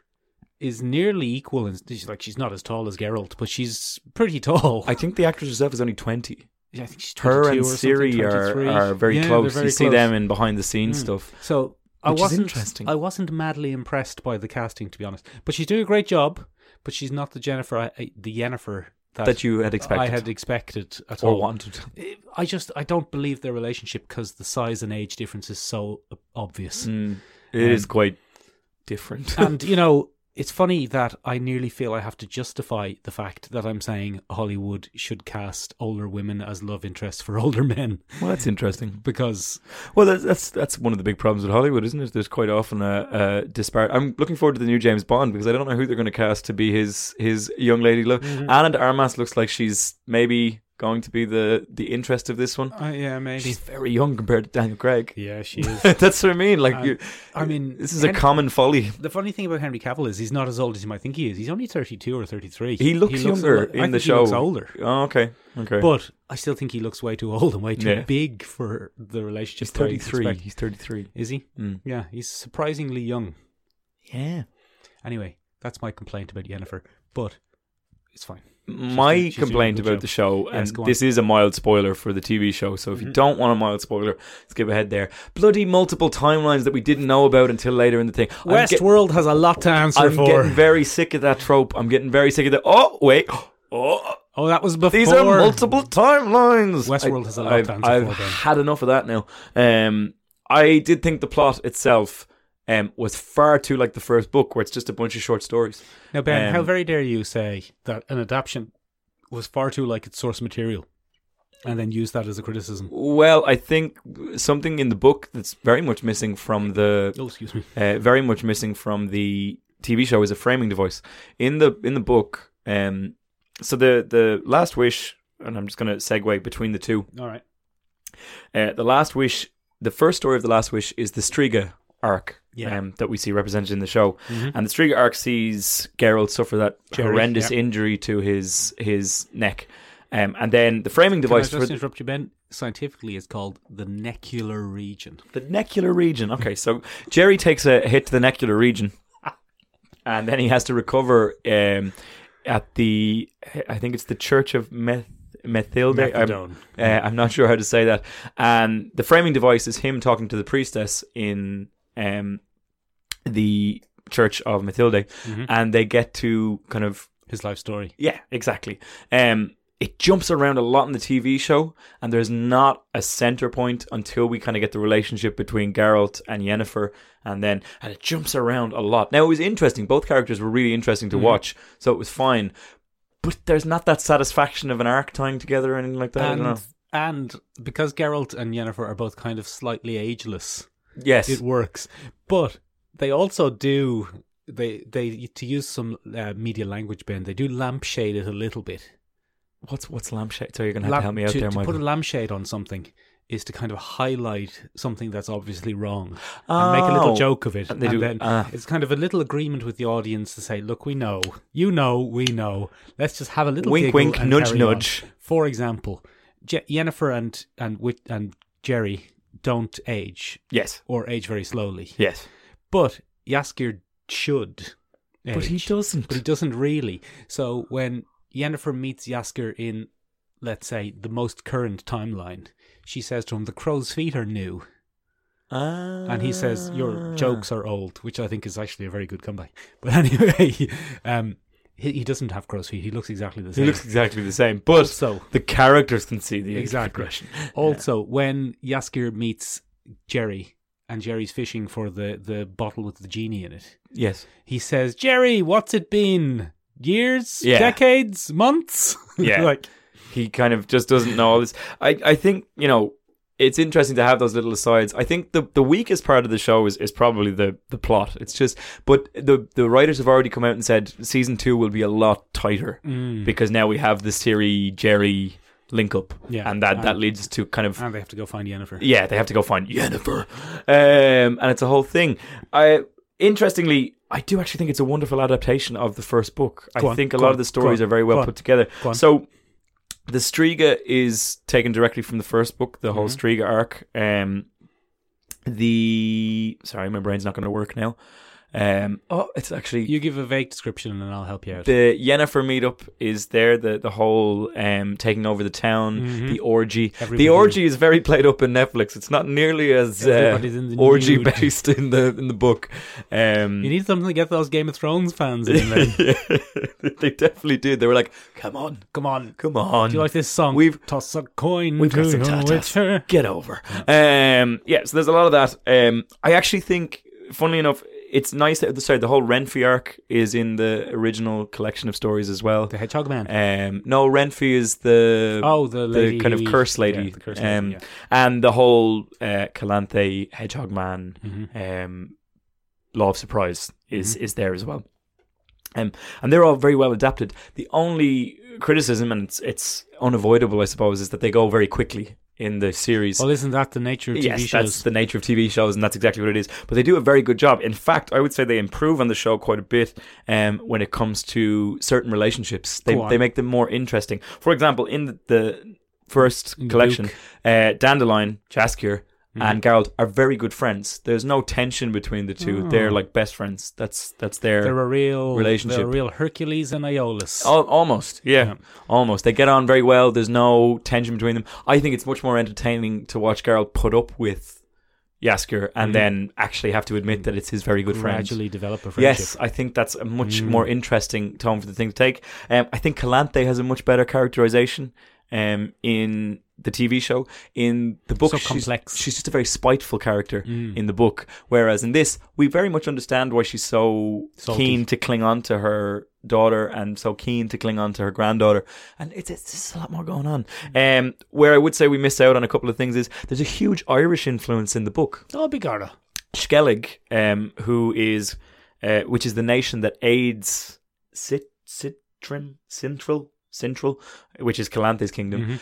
[SPEAKER 2] is nearly equal, and she's like she's not as tall as Geralt, but she's pretty tall.
[SPEAKER 3] I think the actress herself is only 20.
[SPEAKER 2] I think she's
[SPEAKER 3] Her
[SPEAKER 2] 22
[SPEAKER 3] and
[SPEAKER 2] or something,
[SPEAKER 3] Siri are,
[SPEAKER 2] 23.
[SPEAKER 3] are very
[SPEAKER 2] Yeah, they're
[SPEAKER 3] close.
[SPEAKER 2] very
[SPEAKER 3] you see
[SPEAKER 2] close. Hmm.
[SPEAKER 3] them in behind the scenes stuff.
[SPEAKER 2] So I
[SPEAKER 3] Which is
[SPEAKER 2] wasn't
[SPEAKER 3] interesting.
[SPEAKER 2] I wasn't madly impressed by the casting, to be honest. But she's doing a great job. But she's not the Jennifer, I- the Yennefer that,
[SPEAKER 3] That you had
[SPEAKER 2] I
[SPEAKER 3] expected.
[SPEAKER 2] had expected at
[SPEAKER 3] or
[SPEAKER 2] all.
[SPEAKER 3] wanted.
[SPEAKER 2] I just I don't believe their relationship because the size and age difference is so o- obvious.
[SPEAKER 3] Mm. It is
[SPEAKER 2] Um,
[SPEAKER 3] quite different.
[SPEAKER 2] and you know it's funny that I nearly feel I have to justify the fact that I'm saying Hollywood should cast older women as love interests for older men
[SPEAKER 3] well, that's interesting.
[SPEAKER 2] because
[SPEAKER 3] Well, that's, that's that's one of the big problems with Hollywood, isn't it? There's quite often a, a disparate. I'm looking forward to the new James Bond because I don't know who they're going to cast to be his his young lady. Look,
[SPEAKER 2] Mm-hmm.
[SPEAKER 3] Anna de Armas looks like she's maybe going to be the the interest of this one.
[SPEAKER 2] yeah maybe
[SPEAKER 3] She's very young compared to Daniel Craig.
[SPEAKER 2] yeah she is.
[SPEAKER 3] that's what I mean.
[SPEAKER 2] Uh,
[SPEAKER 3] Like, you,
[SPEAKER 2] I mean,
[SPEAKER 3] this is a
[SPEAKER 2] Hen-
[SPEAKER 3] common folly.
[SPEAKER 2] The funny thing about Henry Cavill is he's not as old as you might think he is. He's only 32 or 33.
[SPEAKER 3] He looks,
[SPEAKER 2] a
[SPEAKER 3] younger
[SPEAKER 2] lot- I
[SPEAKER 3] in the
[SPEAKER 2] think
[SPEAKER 3] show.
[SPEAKER 2] He looks older.
[SPEAKER 3] Oh, okay, okay.
[SPEAKER 2] But I still think he looks way too old and way too
[SPEAKER 3] Yeah.
[SPEAKER 2] big for the relationship.
[SPEAKER 3] he's
[SPEAKER 2] that I'd
[SPEAKER 3] 33.
[SPEAKER 2] expect.
[SPEAKER 3] He's 33.
[SPEAKER 2] Is he?
[SPEAKER 3] Mm.
[SPEAKER 2] Yeah, he's surprisingly young.
[SPEAKER 3] Yeah.
[SPEAKER 2] Anyway, that's my complaint about Yennefer, but it's fine.
[SPEAKER 3] my
[SPEAKER 2] doing- she's doing a
[SPEAKER 3] complaint
[SPEAKER 2] good
[SPEAKER 3] about
[SPEAKER 2] job.
[SPEAKER 3] the show,
[SPEAKER 2] Yes,
[SPEAKER 3] and
[SPEAKER 2] go on.
[SPEAKER 3] this is a mild spoiler for the TV show, so if
[SPEAKER 2] Mm-hmm.
[SPEAKER 3] you don't want a mild spoiler, skip ahead there. Bloody multiple timelines that we didn't know about until later in the thing. I'm get-
[SPEAKER 2] Westworld has a lot to answer
[SPEAKER 3] I'm,
[SPEAKER 2] for.
[SPEAKER 3] getting very sick of that trope. I'm getting very sick of that. Oh, wait. Oh,
[SPEAKER 2] oh, that was before.
[SPEAKER 3] these are multiple timelines.
[SPEAKER 2] Westworld has a lot
[SPEAKER 3] I've,
[SPEAKER 2] to answer
[SPEAKER 3] I've
[SPEAKER 2] for, then.
[SPEAKER 3] had enough of that now. Um, I did think the plot itself um, was far too like the first book, where it's just a bunch of short stories.
[SPEAKER 2] Now, Ben,
[SPEAKER 3] Um,
[SPEAKER 2] how very dare you say that an adaptation was far too like its source material and then use that as a criticism?
[SPEAKER 3] Well, I think something in the book that's very much missing from the
[SPEAKER 2] Oh, excuse me.
[SPEAKER 3] uh, very much missing from the TV show is a framing device. In the in the book, um, so the the last wish, and I'm just going to segue between the two.
[SPEAKER 2] All right.
[SPEAKER 3] Uh, the last wish, the first story of the last wish is the Striga arc.
[SPEAKER 2] Yeah. Mm-hmm.
[SPEAKER 3] Um, that we see represented in the show, and the Striga arc sees Geralt suffer that
[SPEAKER 2] Jerry,
[SPEAKER 3] horrendous
[SPEAKER 2] yeah.
[SPEAKER 3] injury to his his neck, um, and then the framing
[SPEAKER 2] Can I
[SPEAKER 3] device
[SPEAKER 2] just
[SPEAKER 3] for the-
[SPEAKER 2] interrupt you, Ben? Scientifically, it's called the necular region.
[SPEAKER 3] The necular region. Okay, so Jerry takes a hit to the necular region, and then he has to recover um, at the. I think it's the Church of Meth. Methilda.
[SPEAKER 2] Methadone.
[SPEAKER 3] I'm, uh, I'm not sure how to say that. And the framing device is him talking to the priestess in um, the Church of Methilde, and they get to kind of
[SPEAKER 2] His life story.
[SPEAKER 3] yeah, exactly. Um, it jumps around a lot in the TV show, and there's not a center point until we kind of get the relationship between Geralt and Yennefer, and then and it jumps around a lot. Now it was interesting; both characters were really interesting
[SPEAKER 2] Mm-hmm.
[SPEAKER 3] to watch, so it was fine. But there's not that satisfaction of an arc tying together or anything like that. I
[SPEAKER 2] And,
[SPEAKER 3] don't know.
[SPEAKER 2] and because Geralt and Yennefer are both kind of slightly ageless,
[SPEAKER 3] Yes,
[SPEAKER 2] it works. But they also do they they to use some uh, media language, Ben. They do lampshade it a little bit.
[SPEAKER 3] what's what's lampshade? So you're gonna have
[SPEAKER 2] Lamp-
[SPEAKER 3] to help me out
[SPEAKER 2] to,
[SPEAKER 3] there,
[SPEAKER 2] to
[SPEAKER 3] Michael.
[SPEAKER 2] put a lampshade on something is to kind of highlight something that's obviously wrong and make a little
[SPEAKER 3] Oh.
[SPEAKER 2] joke of it.
[SPEAKER 3] And they do-
[SPEAKER 2] then
[SPEAKER 3] ah.
[SPEAKER 2] it's kind of a little agreement with the audience to say, "Look, we know, you know, we know. Let's just have a little
[SPEAKER 3] Wink,
[SPEAKER 2] giggle
[SPEAKER 3] wink,
[SPEAKER 2] and
[SPEAKER 3] nudge,
[SPEAKER 2] carry on."
[SPEAKER 3] nudge.
[SPEAKER 2] For example, Je- Jennifer and and Wit- and Jerry don't age
[SPEAKER 3] Yes.
[SPEAKER 2] or age very slowly,
[SPEAKER 3] Yes.
[SPEAKER 2] but Yaskir should. Age
[SPEAKER 3] But he doesn't.
[SPEAKER 2] but he doesn't really. So when Yennefer meets Yasker in, let's say, the most current timeline, she says to him, "The crow's feet are new,"
[SPEAKER 3] Ah.
[SPEAKER 2] and he says, "Your jokes are old," which I think is actually a very good comeback. But anyway, um, he, he doesn't have crow's feet. He looks exactly the
[SPEAKER 3] He
[SPEAKER 2] same.
[SPEAKER 3] looks exactly the same, but
[SPEAKER 2] so
[SPEAKER 3] the characters can see the
[SPEAKER 2] Exactly.
[SPEAKER 3] exactly.
[SPEAKER 2] also when Yasker meets Jerry and Jerry's fishing for the the bottle with the genie in it,
[SPEAKER 3] Yes.
[SPEAKER 2] he says, "Jerry, what's it been? Years,
[SPEAKER 3] Yeah.
[SPEAKER 2] decades, months?"
[SPEAKER 3] Yeah.
[SPEAKER 2] like
[SPEAKER 3] he kind of just doesn't know all this. I, I think, you know, it's interesting to have those little asides. I think the, the weakest part of the show is, is probably the, the plot. It's just, but the, the writers have already come out and said season two will be a lot tighter
[SPEAKER 2] mm.
[SPEAKER 3] because now we have this Siri Jerry link up.
[SPEAKER 2] Yeah.
[SPEAKER 3] And that, that
[SPEAKER 2] And-
[SPEAKER 3] leads to kind of
[SPEAKER 2] And they have to go find Yennefer.
[SPEAKER 3] yeah, they have to go find Yennefer, um, and it's a whole thing. I interestingly, I do actually think it's a wonderful adaptation of the first book.
[SPEAKER 2] Go
[SPEAKER 3] I
[SPEAKER 2] on,
[SPEAKER 3] think a
[SPEAKER 2] go
[SPEAKER 3] lot
[SPEAKER 2] on,
[SPEAKER 3] of the stories
[SPEAKER 2] go on,
[SPEAKER 3] are very well
[SPEAKER 2] go on,
[SPEAKER 3] put together.
[SPEAKER 2] go on.
[SPEAKER 3] So. The Striga is taken directly from the first book, the whole
[SPEAKER 2] Mm-hmm.
[SPEAKER 3] Striga arc. Um, the sorry, my brain's not going to work now. Um, oh, it's actually
[SPEAKER 2] You give a vague description and I'll help you out.
[SPEAKER 3] the Yennefer meetup is there. The the whole um, taking over the town, the orgy.
[SPEAKER 2] Mm-hmm. Everybody-
[SPEAKER 3] The orgy is very played up in Netflix. It's not nearly as uh,
[SPEAKER 2] Everybody's in the
[SPEAKER 3] orgy
[SPEAKER 2] nude.
[SPEAKER 3] based in the in the book. Um,
[SPEAKER 2] you need something to get those Game of Thrones fans in there.
[SPEAKER 3] they definitely did. They were like, "Come on,
[SPEAKER 2] Come on.
[SPEAKER 3] come on."
[SPEAKER 2] Do you like this song?
[SPEAKER 3] We've-
[SPEAKER 2] tossed a coin
[SPEAKER 3] We've
[SPEAKER 2] to
[SPEAKER 3] got some
[SPEAKER 2] who
[SPEAKER 3] tatas.
[SPEAKER 2] which-
[SPEAKER 3] Get over. Um, yeah, so there's a lot of that. Um, I actually think, funnily enough, it's nice that sorry, the whole Renfri arc is in the original collection of stories as well.
[SPEAKER 2] The Hedgehog Man.
[SPEAKER 3] Um, no, Renfri is the
[SPEAKER 2] oh, the lady.
[SPEAKER 3] the kind of curse lady,
[SPEAKER 2] Yeah, the curse lady,
[SPEAKER 3] um,
[SPEAKER 2] yeah.
[SPEAKER 3] and the whole uh, Calanthe Hedgehog Man
[SPEAKER 2] Mm-hmm.
[SPEAKER 3] um, law of surprise is is there as well. Um, and they're all very well adapted. The only criticism, and it's it's unavoidable, I suppose, is that they go very quickly in the series.
[SPEAKER 2] Well, isn't that the nature of TV
[SPEAKER 3] yes, that's
[SPEAKER 2] shows?
[SPEAKER 3] the nature of TV shows, and that's exactly what it is. But they do a very good job. In fact, I would say they improve on the show quite a bit um, when it comes to certain relationships. They
[SPEAKER 2] Go on.
[SPEAKER 3] they make them more interesting. For example, in the, the first collection, uh, Dandelion, Jaskier,
[SPEAKER 2] Mm-hmm.
[SPEAKER 3] and Geralt are very good friends. There's no tension between the two. They're like best friends. That's that's their
[SPEAKER 2] Oh. They're a real
[SPEAKER 3] Relationship. Oh,
[SPEAKER 2] They're a real Hercules and Aeolus.
[SPEAKER 3] Al- almost, yeah. almost. They get on very well. There's no tension between them. I think it's much more entertaining to watch Geralt put up with Yasker and then actually have to admit that it's his very good friend.
[SPEAKER 2] gradually develop a friendship. Mm.
[SPEAKER 3] Yes, I think that's a much more interesting tone for the thing to take. Um, I think Calanthe has a much better characterization um, in the TV show. In the book,
[SPEAKER 2] So
[SPEAKER 3] she's,
[SPEAKER 2] complex. Mm.
[SPEAKER 3] she's just a very spiteful character in the book. Whereas in this, we very much understand why she's so
[SPEAKER 2] Salty.
[SPEAKER 3] keen to cling on to her daughter and so keen to cling on to her granddaughter. And it's, it's just a lot more going on.
[SPEAKER 2] Mm.
[SPEAKER 3] Um, where I would say we missed out on a couple of things is there's a huge Irish influence in the book.
[SPEAKER 2] Oh, Bigarda.
[SPEAKER 3] Skellig, um, who is, uh, which is the nation that aids Sit Citrin Central Central, which is Calanthe's kingdom.
[SPEAKER 2] Mm-hmm.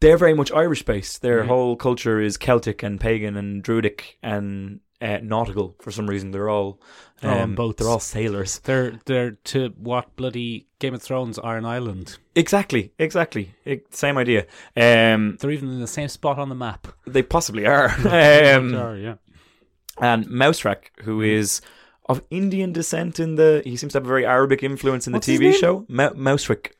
[SPEAKER 3] They're very much Irish based. Their whole culture is Celtic and pagan and Druidic and uh, nautical. For some reason, they're all
[SPEAKER 2] They're
[SPEAKER 3] um,
[SPEAKER 2] all on boats.
[SPEAKER 3] They're all sailors.
[SPEAKER 2] They're they're to what bloody Game of Thrones are an island.
[SPEAKER 3] Exactly, exactly. I- same idea. Um,
[SPEAKER 2] They're even in the same spot on the map.
[SPEAKER 3] they possibly are. um,
[SPEAKER 2] Sure, yeah.
[SPEAKER 3] and Mousetrack,
[SPEAKER 2] Hmm.
[SPEAKER 3] who is of Indian descent in the, he seems to have a very Arabic influence in the
[SPEAKER 2] What's his
[SPEAKER 3] TV
[SPEAKER 2] name?
[SPEAKER 3] show Mou- Mousetrack,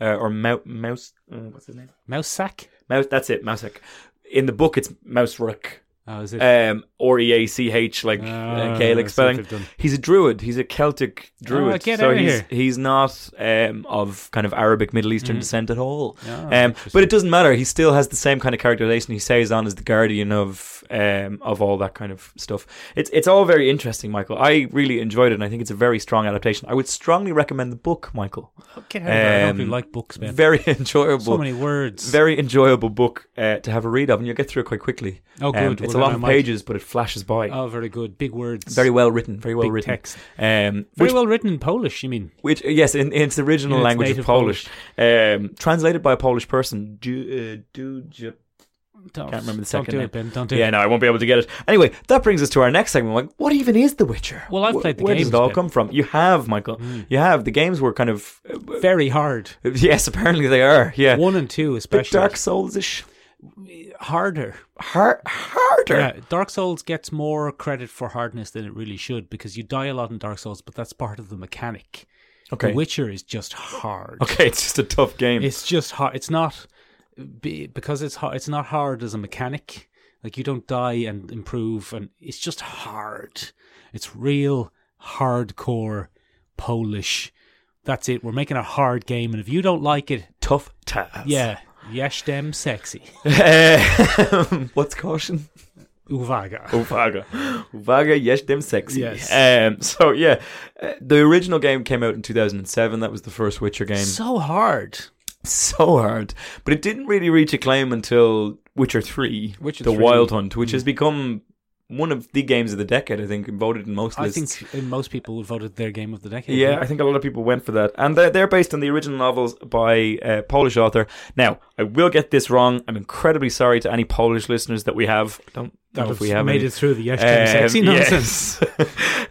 [SPEAKER 3] uh, or Mou- Mouse, uh, what's his name?
[SPEAKER 2] Mouse sack.
[SPEAKER 3] Mouse. That's it, Mousetrack. In the book, it's Mousetrack,
[SPEAKER 2] Oh, is it?
[SPEAKER 3] um, R E A C H, like
[SPEAKER 2] Ah,
[SPEAKER 3] uh,
[SPEAKER 2] that's
[SPEAKER 3] Gaelic
[SPEAKER 2] what
[SPEAKER 3] spelling.
[SPEAKER 2] they've done. Oh,
[SPEAKER 3] He's a druid. He's a Celtic druid.
[SPEAKER 2] get
[SPEAKER 3] so
[SPEAKER 2] outta
[SPEAKER 3] he's
[SPEAKER 2] here. Mm.
[SPEAKER 3] he's not um, of kind of Arabic Middle Eastern descent at all.
[SPEAKER 2] Ah,
[SPEAKER 3] um, but it doesn't matter. He still has the same kind of characterization. He stays on as the guardian of um, of all that kind of stuff. It's it's all very interesting, Michael. I really enjoyed it, and I think it's a very strong adaptation. I would strongly recommend the book, Michael.
[SPEAKER 2] Get out of here. I
[SPEAKER 3] Um,
[SPEAKER 2] don't really like books, man.
[SPEAKER 3] Very enjoyable.
[SPEAKER 2] so many words.
[SPEAKER 3] very enjoyable book uh, to have a read of, and you'll get through it quite quickly. Um,
[SPEAKER 2] Oh, good. Well,
[SPEAKER 3] it's a
[SPEAKER 2] then
[SPEAKER 3] lot
[SPEAKER 2] I
[SPEAKER 3] of
[SPEAKER 2] might-
[SPEAKER 3] pages, but it flashes by.
[SPEAKER 2] oh, very good. Big words.
[SPEAKER 3] very well written. Very well
[SPEAKER 2] Big
[SPEAKER 3] written.
[SPEAKER 2] text.
[SPEAKER 3] Um,
[SPEAKER 2] Very
[SPEAKER 3] which-
[SPEAKER 2] well written in Polish, you mean?
[SPEAKER 3] Which yes, in, in its original
[SPEAKER 2] In its
[SPEAKER 3] language of
[SPEAKER 2] native
[SPEAKER 3] Polish, Um, translated by a Polish person, Du- uh, Duja
[SPEAKER 2] Don't,
[SPEAKER 3] Can't remember the second
[SPEAKER 2] Don't do
[SPEAKER 3] name.
[SPEAKER 2] it, Ben. Don't do
[SPEAKER 3] Yeah,
[SPEAKER 2] it.
[SPEAKER 3] no, I won't be able to get it. Anyway, that brings us to our next segment. Like, what even is The Witcher?
[SPEAKER 2] Well, I've
[SPEAKER 3] Wh-
[SPEAKER 2] played the
[SPEAKER 3] Where does
[SPEAKER 2] games, Hmm.
[SPEAKER 3] it all
[SPEAKER 2] Ben.
[SPEAKER 3] come from? You have, Michael. You have. The games were kind of. uh,
[SPEAKER 2] Very hard.
[SPEAKER 3] Yes, apparently they are. Yeah.
[SPEAKER 2] One and two,
[SPEAKER 3] Bit
[SPEAKER 2] especially.
[SPEAKER 3] Dark Souls ish.
[SPEAKER 2] Harder.
[SPEAKER 3] Har- harder.
[SPEAKER 2] Yeah, Dark Souls gets more credit for hardness than it really should because you die a lot in Dark Souls, but that's part of the mechanic.
[SPEAKER 3] Okay.
[SPEAKER 2] The Witcher is just hard.
[SPEAKER 3] Okay, it's just a tough game.
[SPEAKER 2] It's just hard. It's not be- because it's hard. It's not hard as a mechanic. Like you don't die and improve, and it's just hard. It's real hardcore Polish. That's it. We're making a hard game, and if you don't like it,
[SPEAKER 3] tough task.
[SPEAKER 2] yeah, yes, them sexy.
[SPEAKER 3] Um, what's caution?
[SPEAKER 2] Uvaga.
[SPEAKER 3] Uvaga. Uvaga, yes, them sexy.
[SPEAKER 2] Yes.
[SPEAKER 3] Um, so, yeah, uh, the original game came out in 2007. That was the first Witcher game.
[SPEAKER 2] So hard.
[SPEAKER 3] so hard. But it didn't really reach acclaim until Witcher 3,
[SPEAKER 2] Witcher Mm.
[SPEAKER 3] The
[SPEAKER 2] 3.
[SPEAKER 3] Wild Hunt, which has become one of the games of the decade, I think, voted in most
[SPEAKER 2] I
[SPEAKER 3] lists.
[SPEAKER 2] think uh, most people voted their game of the decade.
[SPEAKER 3] Yeah, I think a lot of people went for that. And they're, they're based on the original novels by uh, Polish author. Now, I will get this wrong. I'm incredibly sorry to any Polish listeners that we have. Don't know
[SPEAKER 2] that
[SPEAKER 3] if we have
[SPEAKER 2] made
[SPEAKER 3] any.
[SPEAKER 2] it through the yes,
[SPEAKER 3] Um,
[SPEAKER 2] them sexy nonsense.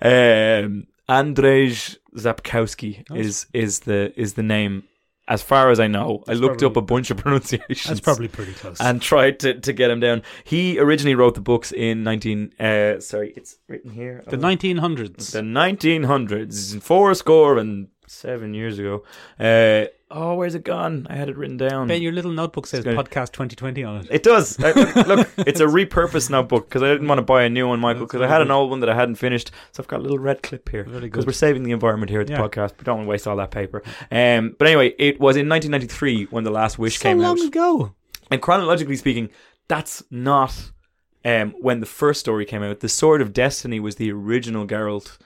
[SPEAKER 3] yes. um, Andrzej Zapkowski is is the is the name, as far as I know. I looked
[SPEAKER 2] probably-
[SPEAKER 3] up a bunch of pronunciations
[SPEAKER 2] That's probably pretty close.
[SPEAKER 3] and tried to, to get him down. He originally wrote the books in nineteen. Uh, sorry, it's written here.
[SPEAKER 2] the
[SPEAKER 3] Oh.
[SPEAKER 2] 1900s.
[SPEAKER 3] The 1900s, four score and seven years ago. Uh, oh, where's it gone? I had it written down.
[SPEAKER 2] Ben, your little notebook says
[SPEAKER 3] gonna-
[SPEAKER 2] podcast 2020 on it.
[SPEAKER 3] It does. I, look, it's a repurposed notebook because I didn't want to buy a new one, Michael, because I had an old one that I hadn't finished. So I've got a little red clip here
[SPEAKER 2] Really
[SPEAKER 3] because
[SPEAKER 2] good.
[SPEAKER 3] we're saving the environment here at the
[SPEAKER 2] Yeah.
[SPEAKER 3] podcast. We don't want to waste all that paper. Um, but anyway, it was in 1993 when The Last Wish
[SPEAKER 2] so
[SPEAKER 3] came
[SPEAKER 2] long
[SPEAKER 3] out.
[SPEAKER 2] ago.
[SPEAKER 3] And chronologically speaking, that's not um, when the first story came out. The Sword of Destiny was the original Geralt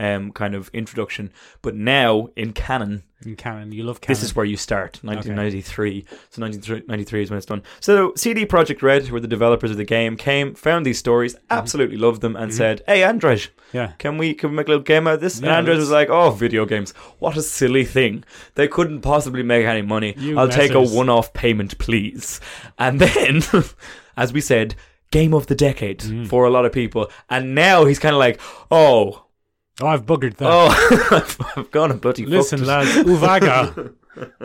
[SPEAKER 3] um, kind of introduction. But now, in canon,
[SPEAKER 2] In canon, you love canon.
[SPEAKER 3] this is where you start 1993 so 1993 is when it's done so cd project red who were the developers of the game came found these stories
[SPEAKER 2] Mm-hmm.
[SPEAKER 3] absolutely loved them and said hey andrej
[SPEAKER 2] yeah.
[SPEAKER 3] can we can we make a little game out of this
[SPEAKER 2] Yeah,
[SPEAKER 3] and andrej was like oh video games what a silly thing they couldn't possibly make any money
[SPEAKER 2] You
[SPEAKER 3] i'll take a
[SPEAKER 2] messers."
[SPEAKER 3] one-off payment please and then as we said game of the decade
[SPEAKER 2] Mm-hmm.
[SPEAKER 3] for a lot of people and now he's kind of like oh
[SPEAKER 2] Oh, I've buggered that.
[SPEAKER 3] oh I've, I've gone and bloody
[SPEAKER 2] Listen,
[SPEAKER 3] fucked it.
[SPEAKER 2] lads, Uvaga.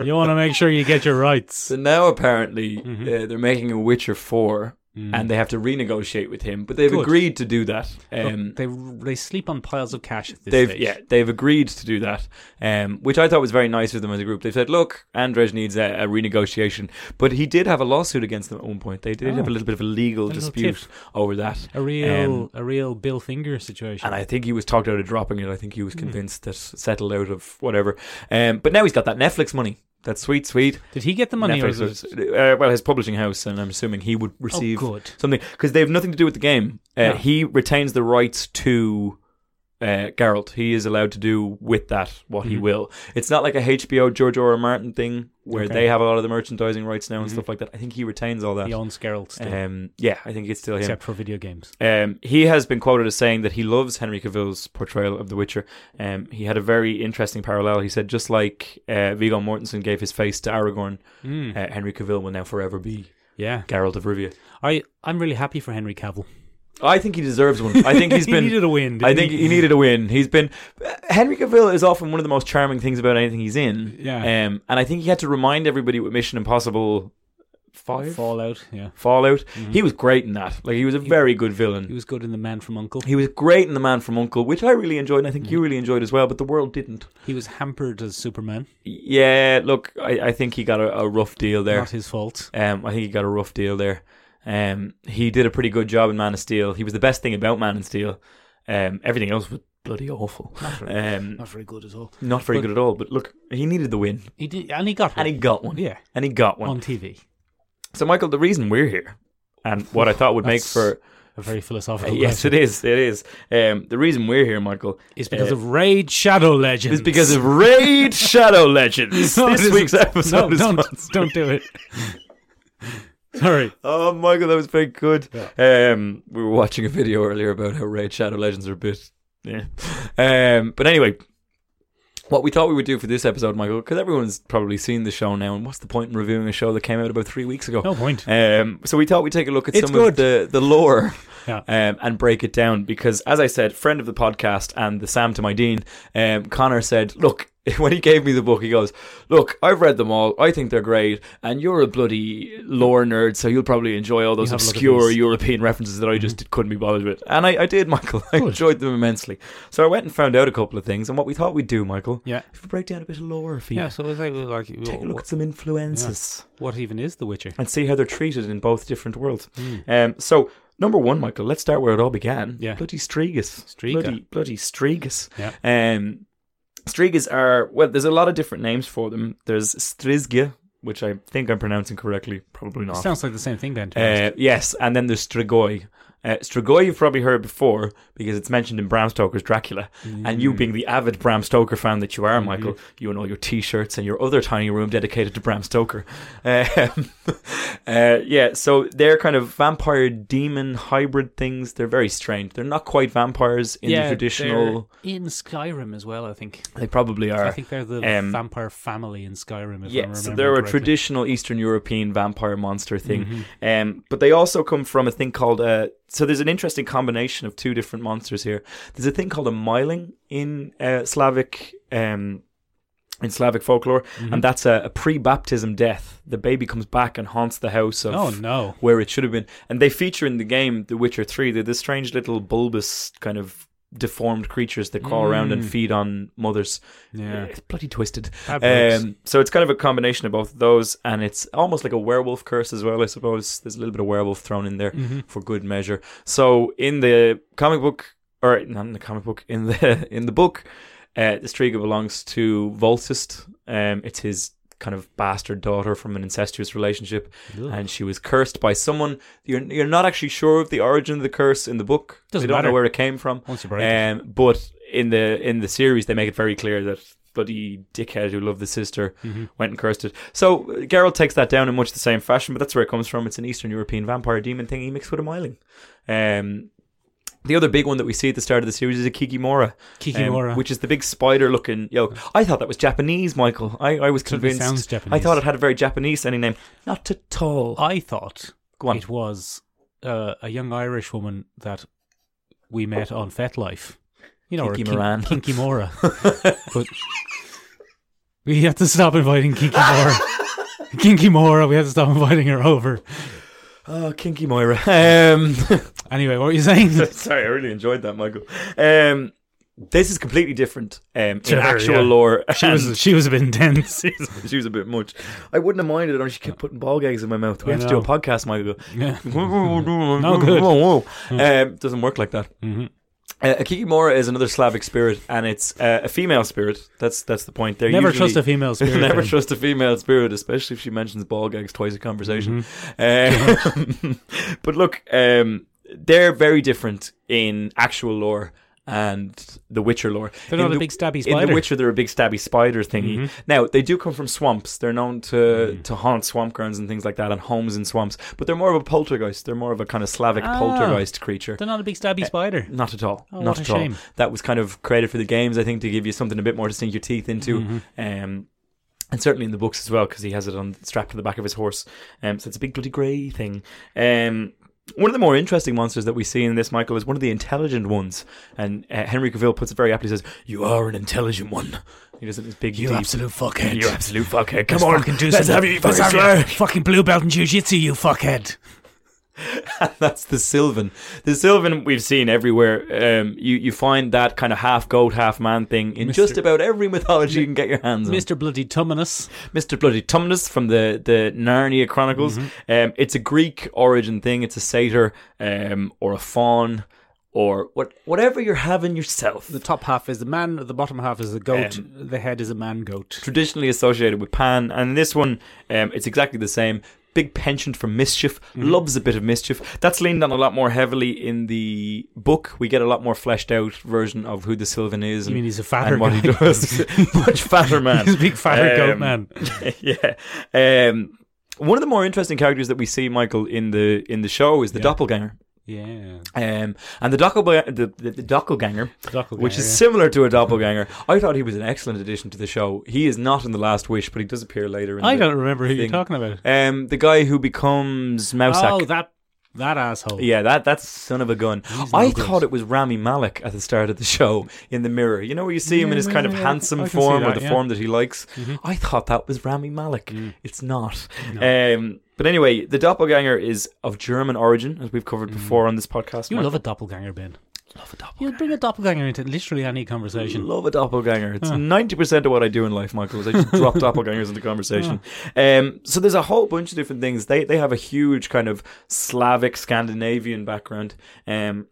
[SPEAKER 2] you want to make sure you get your rights.
[SPEAKER 3] So now apparently
[SPEAKER 2] Mm-hmm.
[SPEAKER 3] uh, they're making a Witcher 4 and they have to renegotiate with him, but they've
[SPEAKER 2] Mm. Good.
[SPEAKER 3] agreed to do that. Um,
[SPEAKER 2] They they sleep on piles of cash at this
[SPEAKER 3] they've
[SPEAKER 2] stage.
[SPEAKER 3] yeah, they've agreed to do that. Um, which I thought was very nice of them as a group. They said, "Look, Andrej needs a, a renegotiation." But he did have a lawsuit against them at one point. They did
[SPEAKER 2] Oh.
[SPEAKER 3] have a little bit of a legal
[SPEAKER 2] little
[SPEAKER 3] dispute over that.
[SPEAKER 2] A real,
[SPEAKER 3] Um,
[SPEAKER 2] a real Bill Finger situation.
[SPEAKER 3] And I think he was talked out of dropping it. I think he
[SPEAKER 2] Hmm.
[SPEAKER 3] was convinced that settled out of whatever. Um, but now he's got that Netflix money. That sweet, sweet
[SPEAKER 2] Did he get the money? or
[SPEAKER 3] Netflix.
[SPEAKER 2] was it- Oh,
[SPEAKER 3] uh, well, his publishing house, and I'm assuming he would receive
[SPEAKER 2] good.
[SPEAKER 3] something because they have nothing to do with the game. Uh,
[SPEAKER 2] No.
[SPEAKER 3] He retains the rights to uh, Geralt. He is allowed to do with that what
[SPEAKER 2] Mm-hmm.
[SPEAKER 3] he will. It's not like a HBO George R. R. Martin thing where
[SPEAKER 2] Okay. Mm-hmm.
[SPEAKER 3] they have a lot of the merchandising rights now and stuff like that. I think he retains all that.
[SPEAKER 2] He owns Geralt still,
[SPEAKER 3] Um, yeah, I think it's still him.
[SPEAKER 2] except for video games.
[SPEAKER 3] Um, he has been quoted as saying that he loves Henry Cavill's portrayal of The Witcher. Um, he had a very interesting parallel. He said, just like uh, Viggo Mortensen gave his face to Aragorn,
[SPEAKER 2] Hmm.
[SPEAKER 3] uh, Henry Cavill will now forever be
[SPEAKER 2] Yeah,
[SPEAKER 3] Geralt of Rivia.
[SPEAKER 2] I I'm really happy for Henry Cavill.
[SPEAKER 3] I think he deserves one. I think he's
[SPEAKER 2] he
[SPEAKER 3] been.
[SPEAKER 2] needed a win.
[SPEAKER 3] I
[SPEAKER 2] didn't
[SPEAKER 3] think he needed a win. He's been Henry Cavill is often one of the most charming things about anything he's in.
[SPEAKER 2] Yeah.
[SPEAKER 3] Um, and I think he had to remind everybody what Mission Impossible Five
[SPEAKER 2] Fallout. Yeah,
[SPEAKER 3] Fallout. He was great in that. Like he was a very good villain.
[SPEAKER 2] he was good in The Man from Uncle.
[SPEAKER 3] He was great in The Man from Uncle, which I really enjoyed, and I think you really enjoyed as well, but the world didn't.
[SPEAKER 2] He was hampered as Superman.
[SPEAKER 3] Yeah, look, I, I think he got a, a rough deal there.
[SPEAKER 2] Not his fault.
[SPEAKER 3] Um, I think he got a rough deal there. Um, he did a pretty good job in Man of Steel. He was the best thing about Man of Steel. Um, everything else was bloody awful. Um,
[SPEAKER 1] Not very good at all.
[SPEAKER 3] not very good at all, but look, he needed the win,
[SPEAKER 2] He did, and he got one.
[SPEAKER 3] and he got one.
[SPEAKER 2] yeah,
[SPEAKER 3] And he got one.
[SPEAKER 2] on TV.
[SPEAKER 3] So, Michael, the reason we're here, and what I thought would make
[SPEAKER 2] That's-
[SPEAKER 3] for.
[SPEAKER 2] A very philosophical.
[SPEAKER 3] Yes, it is. It is. Um, the reason we're here, Michael,
[SPEAKER 2] It's because
[SPEAKER 3] uh,
[SPEAKER 2] of Raid Shadow Legends.
[SPEAKER 3] It's because of Raid Shadow Legends.
[SPEAKER 2] No, it
[SPEAKER 3] this
[SPEAKER 2] isn't.
[SPEAKER 3] week's episode
[SPEAKER 2] No,
[SPEAKER 3] is
[SPEAKER 2] don't
[SPEAKER 3] sponsored-
[SPEAKER 2] don't do it. Sorry.
[SPEAKER 3] Oh, Michael, that was very good. Um, we were watching a video earlier about how Raid Shadow Legends are a bit. Yeah. Um, but anyway, What we thought we would do for this episode, Michael, because everyone's probably seen the show now, and what's the point in reviewing a show that came out about three weeks ago?
[SPEAKER 2] No point.
[SPEAKER 3] Um, so we thought we'd take a look at
[SPEAKER 2] It's
[SPEAKER 3] some of
[SPEAKER 2] good.
[SPEAKER 3] the, the lore
[SPEAKER 2] Yeah.
[SPEAKER 3] um, and break it down because, as I said, friend of the podcast and the Sam to my Dean, um, Connor said, look, when he gave me the book, he goes, look, I've read them all. I think they're great. And you're a bloody lore nerd, so you'll probably enjoy all those
[SPEAKER 2] have a look at
[SPEAKER 3] obscure
[SPEAKER 2] these." Mm-hmm.
[SPEAKER 3] European references that I just couldn't be bothered with. And I, I did, Michael. I enjoyed them immensely. So I went and found out a couple of things. And what we thought we'd do, Michael,
[SPEAKER 2] Yeah.
[SPEAKER 3] if we break down a bit of lore for you.
[SPEAKER 2] Yeah, so it's like, like
[SPEAKER 3] Take a
[SPEAKER 2] what,
[SPEAKER 3] look at some influences
[SPEAKER 2] what even is The Witcher?
[SPEAKER 3] and see how they're treated in both different worlds. Um, so number one, Michael, let's start where it all began.
[SPEAKER 2] Hmm. Yeah.
[SPEAKER 3] bloody Strigas,
[SPEAKER 2] Striga.
[SPEAKER 3] bloody bloody Strigas.
[SPEAKER 2] Yeah.
[SPEAKER 3] Um, Strigas are well. There's a lot of different names for them. There's Strizga, which I think I'm pronouncing correctly. Probably not.
[SPEAKER 2] Sounds like the same thing, Ben. to be honest.
[SPEAKER 3] Uh, yes, and then there's Strigoi. Uh, Strigoi you've probably heard before because it's mentioned in Bram Stoker's Dracula. And
[SPEAKER 2] Mm.
[SPEAKER 3] you being the avid Bram Stoker fan that you are,
[SPEAKER 2] Mm-hmm.
[SPEAKER 3] Michael, you and all your T-shirts and your other tiny room dedicated to Bram Stoker. Um, uh, yeah, so they're kind of vampire demon hybrid things. They're very strange. They're not quite vampires in the traditional.
[SPEAKER 2] they're in Skyrim as well. I think.
[SPEAKER 3] They probably are.
[SPEAKER 2] I think they're the
[SPEAKER 3] Um,
[SPEAKER 2] vampire family in Skyrim. If I'm
[SPEAKER 3] Yeah, so
[SPEAKER 2] remembering
[SPEAKER 3] they're a
[SPEAKER 2] correctly.
[SPEAKER 3] traditional Eastern European vampire monster thing,
[SPEAKER 2] Mm-hmm.
[SPEAKER 3] um, but they also come from a thing called. Uh, so there's an interesting combination of two different monsters here. There's a thing called a myling in uh, Slavic um, in Slavic folklore,
[SPEAKER 2] Mm-hmm.
[SPEAKER 3] and that's a, a pre-baptism death. The baby comes back and haunts the house of
[SPEAKER 2] Oh no!
[SPEAKER 3] where it should have been. And they feature in the game The Witcher 3. They're this strange little bulbous kind of deformed creatures that crawl around and feed on mothers.
[SPEAKER 2] Mm. Yeah.
[SPEAKER 3] It's bloody twisted.
[SPEAKER 2] That works.
[SPEAKER 3] Um, so it's kind of a combination of both of those and it's almost like a werewolf curse as well, I suppose. There's a little bit of werewolf thrown in there
[SPEAKER 2] Mm-hmm.
[SPEAKER 3] for good measure. So in the comic book or not in the comic book, in the in the book, uh, the Striga belongs to Volsist. Um, it's his kind of bastard daughter from an incestuous relationship, and she was cursed by someone. You're you're not actually sure of the origin of the curse in the book.
[SPEAKER 2] Doesn't
[SPEAKER 3] we don't
[SPEAKER 2] matter.
[SPEAKER 3] know where it came from.
[SPEAKER 2] Once you break it.
[SPEAKER 3] Um, but in the in the series, they make it very clear that bloody dickhead who loved the sister
[SPEAKER 2] Mm-hmm.
[SPEAKER 3] went and cursed it. So uh, Geralt takes that down in much the same fashion, but that's where it comes from. It's an Eastern European vampire demon thing he mixed with a myling. Um, the other big one that we see at the start of the series is a Kikimora,
[SPEAKER 2] Kikimora.
[SPEAKER 3] um, which is the big spider-looking yoke. I thought that was Japanese, Michael. I, I was
[SPEAKER 2] Certainly
[SPEAKER 3] convinced.
[SPEAKER 2] sounds
[SPEAKER 3] I
[SPEAKER 2] Japanese.
[SPEAKER 3] thought it had a very Japanese sounding name. Not at all.
[SPEAKER 2] I thought
[SPEAKER 3] Go on.
[SPEAKER 2] it was uh, a young Irish woman that we met on FetLife. You know,
[SPEAKER 3] Kinky
[SPEAKER 2] her, Kin-
[SPEAKER 3] Moran.
[SPEAKER 2] Kinky Mora. but we had to stop inviting Kinky Mora. Kinky Mora, we had to stop inviting her over.
[SPEAKER 3] Oh, Kinky Moira. Um,
[SPEAKER 2] Anyway, what were you saying?
[SPEAKER 3] Sorry, I really enjoyed that, Michael. Um, this is completely different um, in
[SPEAKER 2] To her,
[SPEAKER 3] actual
[SPEAKER 2] yeah.
[SPEAKER 3] lore.
[SPEAKER 2] She was she was a bit intense.
[SPEAKER 3] she was a bit much. I wouldn't have minded it unless she kept putting ball gags in my mouth. We
[SPEAKER 2] I
[SPEAKER 3] have to do a
[SPEAKER 2] know.
[SPEAKER 3] podcast, Michael.
[SPEAKER 2] yeah.
[SPEAKER 3] no
[SPEAKER 2] good. Hmm.
[SPEAKER 3] Um, doesn't work like that.
[SPEAKER 2] Mhm.
[SPEAKER 3] Uh, a Kikimora is another Slavic spirit, and it's uh, a female spirit. That's that's the point. There,
[SPEAKER 2] Never trust a female spirit.
[SPEAKER 3] Never
[SPEAKER 2] Ben.
[SPEAKER 3] trust a female spirit, especially if she mentions ball gags twice a conversation.
[SPEAKER 2] Mm-hmm.
[SPEAKER 3] Um, but look, um, they're very different in actual lore and the Witcher lore.
[SPEAKER 2] They're
[SPEAKER 3] In
[SPEAKER 2] not a
[SPEAKER 3] the-
[SPEAKER 2] big stabby
[SPEAKER 3] In the
[SPEAKER 2] spider. Mm-hmm.
[SPEAKER 3] Witcher, they're a big stabby spider thingy. Now they do come from swamps. They're known to to haunt swamp grounds and things like that, and homes in swamps. But they're more of a poltergeist. They're more of a kind of Slavic
[SPEAKER 2] Ah.
[SPEAKER 3] poltergeist creature.
[SPEAKER 2] They're not a big
[SPEAKER 3] Uh,
[SPEAKER 2] stabby spider.
[SPEAKER 3] Not at all.
[SPEAKER 2] Oh, what
[SPEAKER 3] Not
[SPEAKER 2] a
[SPEAKER 3] at all.
[SPEAKER 2] shame.
[SPEAKER 3] That was kind of created for the games, I think, to give you something a bit more to sink your teeth into.
[SPEAKER 1] Mm-hmm.
[SPEAKER 3] Um, and certainly in the books as well, because he has it on strapped to the back of his horse. Um, so it's a big bloody grey thing. Um, one of the more interesting monsters that we see in this, Michael, is one of the intelligent ones. And uh, Henry Cavill puts it very aptly. Says, "You are an intelligent one." He does it in this big,
[SPEAKER 1] You
[SPEAKER 3] deep,
[SPEAKER 1] absolute fuckhead.
[SPEAKER 3] you absolute fuckhead. Come
[SPEAKER 1] Let's
[SPEAKER 3] on,
[SPEAKER 1] fucking do
[SPEAKER 3] let's
[SPEAKER 1] some-
[SPEAKER 3] have you
[SPEAKER 1] let's
[SPEAKER 3] fucking
[SPEAKER 1] have
[SPEAKER 3] swear.
[SPEAKER 1] your fucking blue belt in jiu-jitsu, you fuckhead.
[SPEAKER 3] That's the Sylvan. The Sylvan we've seen everywhere. Um, you you find that kind of half goat, half man thing in just about every mythology you can get your hands on.
[SPEAKER 2] Mr. Bloody Tumminus.
[SPEAKER 3] Mr. Bloody Tumnus from the, the Narnia Chronicles. Um, it's a Greek origin thing. It's a satyr um, or a faun or what whatever you're having yourself.
[SPEAKER 2] The top half is the man, the bottom half is the goat, the head is a man goat.
[SPEAKER 3] traditionally associated with Pan, and this one, um, it's exactly the same. Big penchant for mischief,
[SPEAKER 2] Mm-hmm.
[SPEAKER 3] loves a bit of mischief. That's leaned on a lot more heavily in the book. We get a lot more fleshed out version of who the Sylvan is.
[SPEAKER 2] You
[SPEAKER 3] and-
[SPEAKER 2] mean he's a fatter
[SPEAKER 3] and what he
[SPEAKER 2] guy?
[SPEAKER 3] does. Much fatter man.
[SPEAKER 2] He's a big fatter goat
[SPEAKER 3] Um,
[SPEAKER 2] man.
[SPEAKER 3] yeah. Um, one of the more interesting characters that we see, Michael, in the in the show is the doppelganger.
[SPEAKER 2] Yeah.
[SPEAKER 3] Um, and the, doppelba- the, the, the doppelganger,
[SPEAKER 2] Doppelganger,
[SPEAKER 3] which is
[SPEAKER 2] yeah.
[SPEAKER 3] similar to a doppelganger, I thought he was an excellent addition to the show. He is not in The Last Wish, but he does appear later. In
[SPEAKER 2] I
[SPEAKER 3] the,
[SPEAKER 2] don't remember who you're
[SPEAKER 3] thing.
[SPEAKER 2] talking about.
[SPEAKER 3] Um, the guy who becomes Mousak.
[SPEAKER 2] Oh, that that asshole.
[SPEAKER 3] Yeah, that that's son of a gun.
[SPEAKER 2] no
[SPEAKER 3] I
[SPEAKER 2] good.
[SPEAKER 3] thought it was Rami Malik at the start of the show in the mirror. You know where you see him in his kind of
[SPEAKER 2] yeah, I
[SPEAKER 3] handsome
[SPEAKER 2] can see
[SPEAKER 3] form or
[SPEAKER 2] that,
[SPEAKER 3] the
[SPEAKER 2] yeah. Mm-hmm. Mm.
[SPEAKER 3] form that he likes. I thought that was Rami Malik. It's not. Um, but anyway, the doppelganger is of German origin, as we've covered before on this podcast.
[SPEAKER 2] Mm. You
[SPEAKER 3] Mark.
[SPEAKER 2] love a doppelganger, Ben.
[SPEAKER 3] love a doppelganger.
[SPEAKER 2] You'll bring a doppelganger into literally any conversation.
[SPEAKER 3] Love a doppelganger. It's ninety percent of what I do in life, Michael. Is I just drop doppelgangers into conversation. Um, so there's a whole bunch of different things. They they have a huge kind of Slavic Scandinavian background. Um,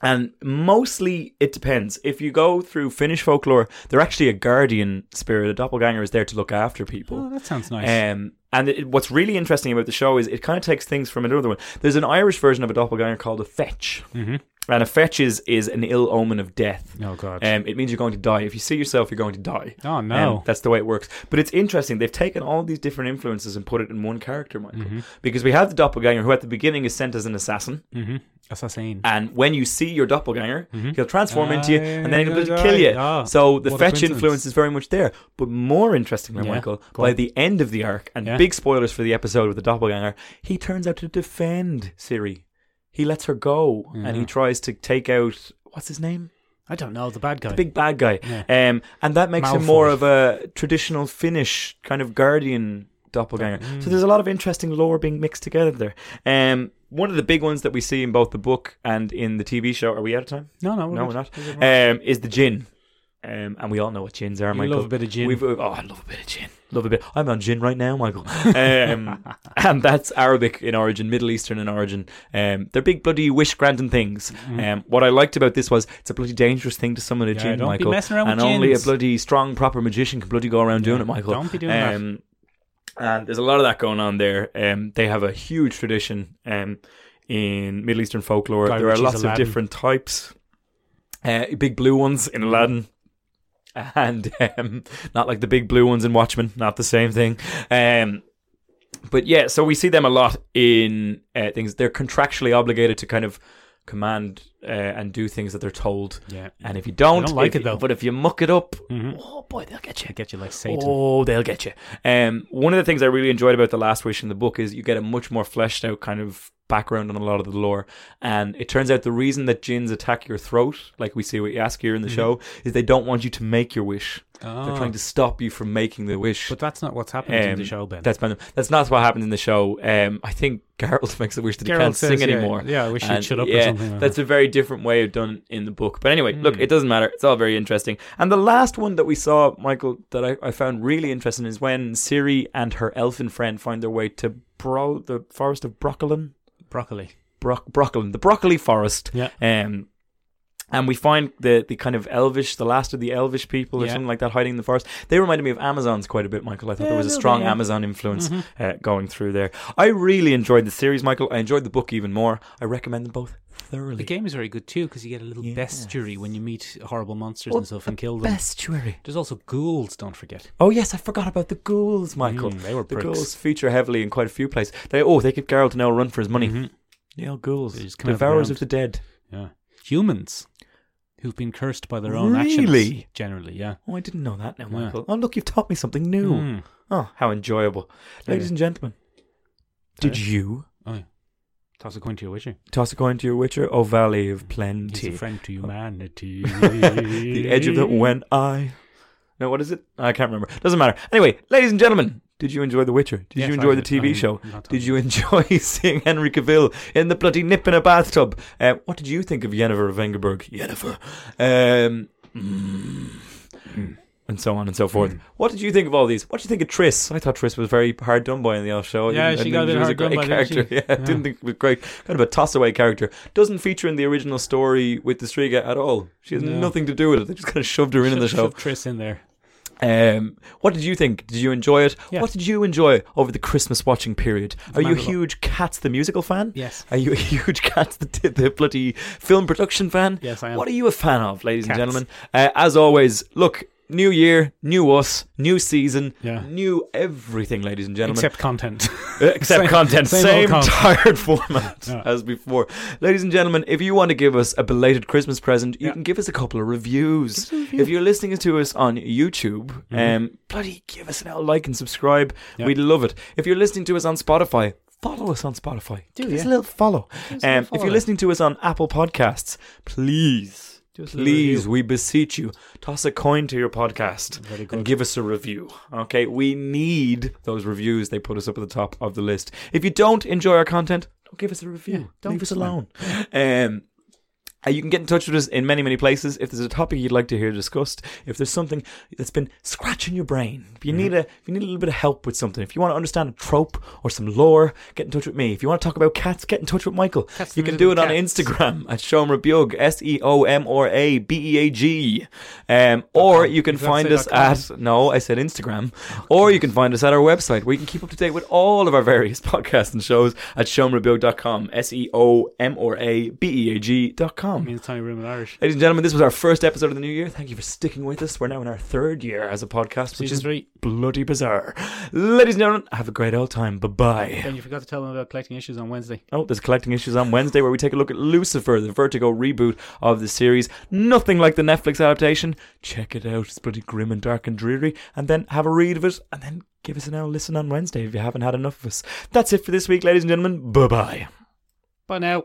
[SPEAKER 3] and mostly it depends. If you go through Finnish folklore, they're actually a guardian spirit. A doppelganger is there to look after people.
[SPEAKER 2] Oh, that sounds nice.
[SPEAKER 3] Um, and it, what's really interesting about the show is it kind of takes things from another one. There's an Irish version of a doppelganger called a fetch, mm-hmm. and a fetch is is an ill omen of death.
[SPEAKER 2] Oh, God.
[SPEAKER 3] Um, it means you're going to die. If you see yourself, you're going to die.
[SPEAKER 2] Oh, no.
[SPEAKER 3] Um, that's the way it works. But it's interesting. They've taken all these different influences and put it in one character, Michael. Because we have the doppelganger, who at the beginning is sent as an assassin,
[SPEAKER 2] mm-hmm. Assassin.
[SPEAKER 3] and when you see your doppelganger,
[SPEAKER 2] Mm-hmm.
[SPEAKER 3] he'll transform into you, and
[SPEAKER 2] Ah,
[SPEAKER 3] then he'll
[SPEAKER 2] yeah,
[SPEAKER 3] kill you.
[SPEAKER 2] yeah.
[SPEAKER 3] So the
[SPEAKER 2] What a
[SPEAKER 3] fetch
[SPEAKER 2] coincidence.
[SPEAKER 3] influence is very much there. But more interestingly,
[SPEAKER 2] Yeah,
[SPEAKER 3] Michael,
[SPEAKER 2] go
[SPEAKER 3] by
[SPEAKER 2] on.
[SPEAKER 3] the end of the arc, and
[SPEAKER 2] Yeah.
[SPEAKER 3] big spoilers for the episode with the doppelganger, he turns out to defend Siri. He lets her go, and he tries to take out what's his name.
[SPEAKER 2] I don't know, the bad guy.
[SPEAKER 3] The big bad guy. Um, and that makes him
[SPEAKER 2] Malfoy.
[SPEAKER 3] more of a traditional Finnish kind of guardian doppelganger.
[SPEAKER 2] Mm.
[SPEAKER 3] So there's a lot of interesting lore being mixed together there. Um, one of the big ones that we see in both the book and in the TV show, are we out of time?
[SPEAKER 2] no, no, we're
[SPEAKER 3] No,
[SPEAKER 2] Oh, good.
[SPEAKER 3] we're not. Um, is the gin. Um, and we all know what gins are, Michael.
[SPEAKER 2] love a bit of gin.
[SPEAKER 3] We've, oh, I love a bit of gin. Love a bit. I'm on gin right now, Michael. Um, and that's Arabic in origin, Middle Eastern in origin. Um, they're big bloody wish granting things. Um, what I liked about this was it's a bloody dangerous thing to summon a
[SPEAKER 2] Mm-hmm. Yeah,
[SPEAKER 3] gin,
[SPEAKER 2] don't be
[SPEAKER 3] Michael.
[SPEAKER 2] messing around
[SPEAKER 3] and
[SPEAKER 2] with
[SPEAKER 3] only a
[SPEAKER 2] gins.
[SPEAKER 3] bloody strong, proper magician can bloody go around doing it, Michael.
[SPEAKER 2] don't be doing that.
[SPEAKER 3] Um, and there's a lot of that going on there. Um, they have a huge tradition um, in Middle Eastern folklore.
[SPEAKER 2] Guy
[SPEAKER 3] there are
[SPEAKER 2] Ritchie's
[SPEAKER 3] lots of
[SPEAKER 2] Aladdin.
[SPEAKER 3] different types. Uh, big blue ones in Aladdin. And um, not like the big blue ones in Watchmen, not the same thing. Um, but yeah, so we see them a lot in uh, things. They're contractually obligated to kind of command uh, and do things that they're told.
[SPEAKER 2] Yeah.
[SPEAKER 3] And if you don't,
[SPEAKER 2] don't like
[SPEAKER 3] if
[SPEAKER 2] it,
[SPEAKER 3] you-
[SPEAKER 2] though.
[SPEAKER 3] But if you muck it up,
[SPEAKER 2] Mhm.
[SPEAKER 3] oh boy, they'll get you.
[SPEAKER 2] I get you like Satan.
[SPEAKER 3] Oh, they'll get you. Um, one of the things I really enjoyed about The Last Wish in the book is you get a much more fleshed out kind of background on a lot of the lore. And it turns out the reason that jinns attack your throat, like we see with Yaskir
[SPEAKER 2] Mm-hmm.
[SPEAKER 3] in the show, is they don't want you to make your wish. They're
[SPEAKER 2] Oh.
[SPEAKER 3] trying to stop you from making the wish.
[SPEAKER 2] But that's not what's happening in the
[SPEAKER 3] Um,
[SPEAKER 2] show, Ben.
[SPEAKER 3] That's been, that's not what happened in the show. Um, I think Geralt makes a wish that he
[SPEAKER 2] Geralt
[SPEAKER 3] can't
[SPEAKER 2] says,
[SPEAKER 3] sing
[SPEAKER 2] yeah,
[SPEAKER 3] anymore.
[SPEAKER 2] Yeah, I wish you'd
[SPEAKER 3] And,
[SPEAKER 2] shut up
[SPEAKER 3] yeah,
[SPEAKER 2] or something. like Hmm.
[SPEAKER 3] That's a very different way of done in the book. But anyway, look, it doesn't matter. It's all very interesting. And the last one that we saw, Michael, that I, I found really interesting is when Siri and her elfin friend find their way to Bro the forest of Broccolin.
[SPEAKER 2] that. broccoli.
[SPEAKER 3] Brock Broccolin, the broccoli forest.
[SPEAKER 2] Yeah.
[SPEAKER 3] Um and we find the the kind of elvish, the last of the elvish people or
[SPEAKER 2] Yeah.
[SPEAKER 3] something like that hiding in the forest. They reminded me of Amazons quite a bit, Michael. I thought
[SPEAKER 2] Yeah,
[SPEAKER 3] there was
[SPEAKER 2] a
[SPEAKER 3] a
[SPEAKER 2] little
[SPEAKER 3] strong
[SPEAKER 2] bit, yeah. Mm-hmm.
[SPEAKER 3] Amazon influence uh, going through there. I really enjoyed the series, Michael. I enjoyed the book even more. I recommend them both
[SPEAKER 2] The
[SPEAKER 3] thoroughly.
[SPEAKER 2] game is very good too because you get a little
[SPEAKER 3] Yeah.
[SPEAKER 2] bestiary when you meet horrible monsters
[SPEAKER 3] Oh,
[SPEAKER 2] and stuff and kill them.
[SPEAKER 3] Bestuary.
[SPEAKER 2] There's also ghouls, don't forget.
[SPEAKER 3] Oh yes, I forgot about the ghouls, Michael.
[SPEAKER 2] Mm, they were
[SPEAKER 3] the
[SPEAKER 2] pricks.
[SPEAKER 3] ghouls feature heavily in quite a few places. They oh, they give Geralt an hour run for his money. Mm-hmm. Yeah, ghouls,
[SPEAKER 2] They just Mm-hmm. come out of the
[SPEAKER 3] devourers
[SPEAKER 2] ground.
[SPEAKER 3] of the dead.
[SPEAKER 2] Yeah. Humans who've been cursed by their own actions.
[SPEAKER 3] Really?
[SPEAKER 2] Generally, yeah.
[SPEAKER 3] Oh, I didn't know that now, Michael. Oh look, you've taught me something new.
[SPEAKER 2] Mm.
[SPEAKER 3] Oh, how enjoyable, ladies and gentlemen. Did
[SPEAKER 2] Sorry?
[SPEAKER 3] you
[SPEAKER 2] Oh, yeah. Toss a coin to your witcher.
[SPEAKER 3] toss a coin to your Witcher, O Valley of
[SPEAKER 2] He's
[SPEAKER 3] Plenty?
[SPEAKER 2] a friend to humanity.
[SPEAKER 3] Oh. the edge of the when I. No, what is it? I can't remember. Doesn't matter. Anyway, ladies and gentlemen, did you enjoy The Witcher? Did
[SPEAKER 2] Yes,
[SPEAKER 3] you
[SPEAKER 2] I
[SPEAKER 3] enjoy the
[SPEAKER 2] did.
[SPEAKER 3] TV
[SPEAKER 2] I'm
[SPEAKER 3] show?
[SPEAKER 2] not done.
[SPEAKER 3] Did you enjoy seeing Henry Cavill in the bloody nip in a bathtub? Uh, what did you think of Yennefer of Engerberg? Yennefer. Um, mm, And so on and so forth.
[SPEAKER 2] Mm.
[SPEAKER 3] What did you think of all these? What did you think of Triss? I thought Triss was very hard done by in the off show. I
[SPEAKER 2] Yeah,
[SPEAKER 3] didn't- I
[SPEAKER 2] she got a
[SPEAKER 3] didn't
[SPEAKER 2] bit
[SPEAKER 3] think she was
[SPEAKER 2] hard
[SPEAKER 3] great
[SPEAKER 2] done by, didn't
[SPEAKER 3] character.
[SPEAKER 2] she?
[SPEAKER 3] Yeah, I didn't think it was great. Kind of a toss away character. Doesn't feature in the original story with the Striga at all. She has
[SPEAKER 2] No.
[SPEAKER 3] nothing to do with it. They just kind of shoved her in in the show.
[SPEAKER 2] Shove Triss in there.
[SPEAKER 3] Um, what did you think? Did you enjoy it?
[SPEAKER 2] Yeah.
[SPEAKER 3] What did you enjoy over the Christmas watching period? Are you a
[SPEAKER 2] Memorable.
[SPEAKER 3] huge Cats the musical fan?
[SPEAKER 2] Yes.
[SPEAKER 3] Are you a huge Cats the, the bloody film production fan?
[SPEAKER 2] Yes, I am.
[SPEAKER 3] What are you a fan of, ladies
[SPEAKER 2] Cats.
[SPEAKER 3] and gentlemen? Uh, as always, look. New year, new us, new season,
[SPEAKER 2] Yeah.
[SPEAKER 3] new everything, ladies and gentlemen.
[SPEAKER 2] Except content.
[SPEAKER 3] Uh, except
[SPEAKER 2] Same-
[SPEAKER 3] content,
[SPEAKER 2] same
[SPEAKER 3] same,
[SPEAKER 2] old
[SPEAKER 3] tired format
[SPEAKER 2] Yeah.
[SPEAKER 3] as before. Ladies and gentlemen, if you want to give us a belated Christmas present, you
[SPEAKER 2] Yeah.
[SPEAKER 3] can give us a couple of reviews. If you're listening to us on YouTube, um, bloody give us an old like and subscribe.
[SPEAKER 2] Mm-hmm. Yeah.
[SPEAKER 3] We'd love it. If you're listening to us on Spotify, follow us on Spotify. Do give us a little follow. Um, if you're listening to us on Apple Podcasts, please. Please, we beseech you, toss a coin to your podcast and give us a review. Okay, we need those reviews. They put us up at the top of the list. If you don't enjoy our content, don't give us a review. don't leave us alone. Um, uh, you can get in touch with us in many, many places. If there's a topic you'd like to hear discussed, if there's something that's been scratching your brain, if
[SPEAKER 2] Mm-hmm.
[SPEAKER 3] you need a, if you need a little bit of help with something, if you want to understand a trope or some lore, get in touch with me. If you want to talk about cats, get in touch with Michael. you can do it on Instagram at Seomra Bjog, S E O M R A B E A G, um, or you can
[SPEAKER 2] Did that
[SPEAKER 3] find
[SPEAKER 2] say
[SPEAKER 3] us
[SPEAKER 2] dot com?
[SPEAKER 3] at no, I said Instagram, or you can find us at our website where you can keep up to date with all of our various podcasts and shows at seomrabeog.com, S E O M R A B E A G dot com.
[SPEAKER 2] means tiny room in Irish.
[SPEAKER 3] Ladies and gentlemen, this was our first episode of the new year. Thank you for sticking with us. We're now in our third year as a podcast, which
[SPEAKER 2] Season
[SPEAKER 3] is
[SPEAKER 2] three.
[SPEAKER 3] bloody bizarre. Ladies and gentlemen, have a great old time. Bye bye.
[SPEAKER 2] And you forgot to tell them about collecting issues on Wednesday.
[SPEAKER 3] Oh, there's collecting issues on Wednesday where we take a look at Lucifer, the Vertigo reboot of the series. Nothing like the Netflix adaptation. Check it out. It's bloody grim and dark and dreary. And then have a read of it. And then give us an hour listen on Wednesday if you haven't had enough of us. That's it for this week, ladies and gentlemen. Bye bye.
[SPEAKER 2] Bye now.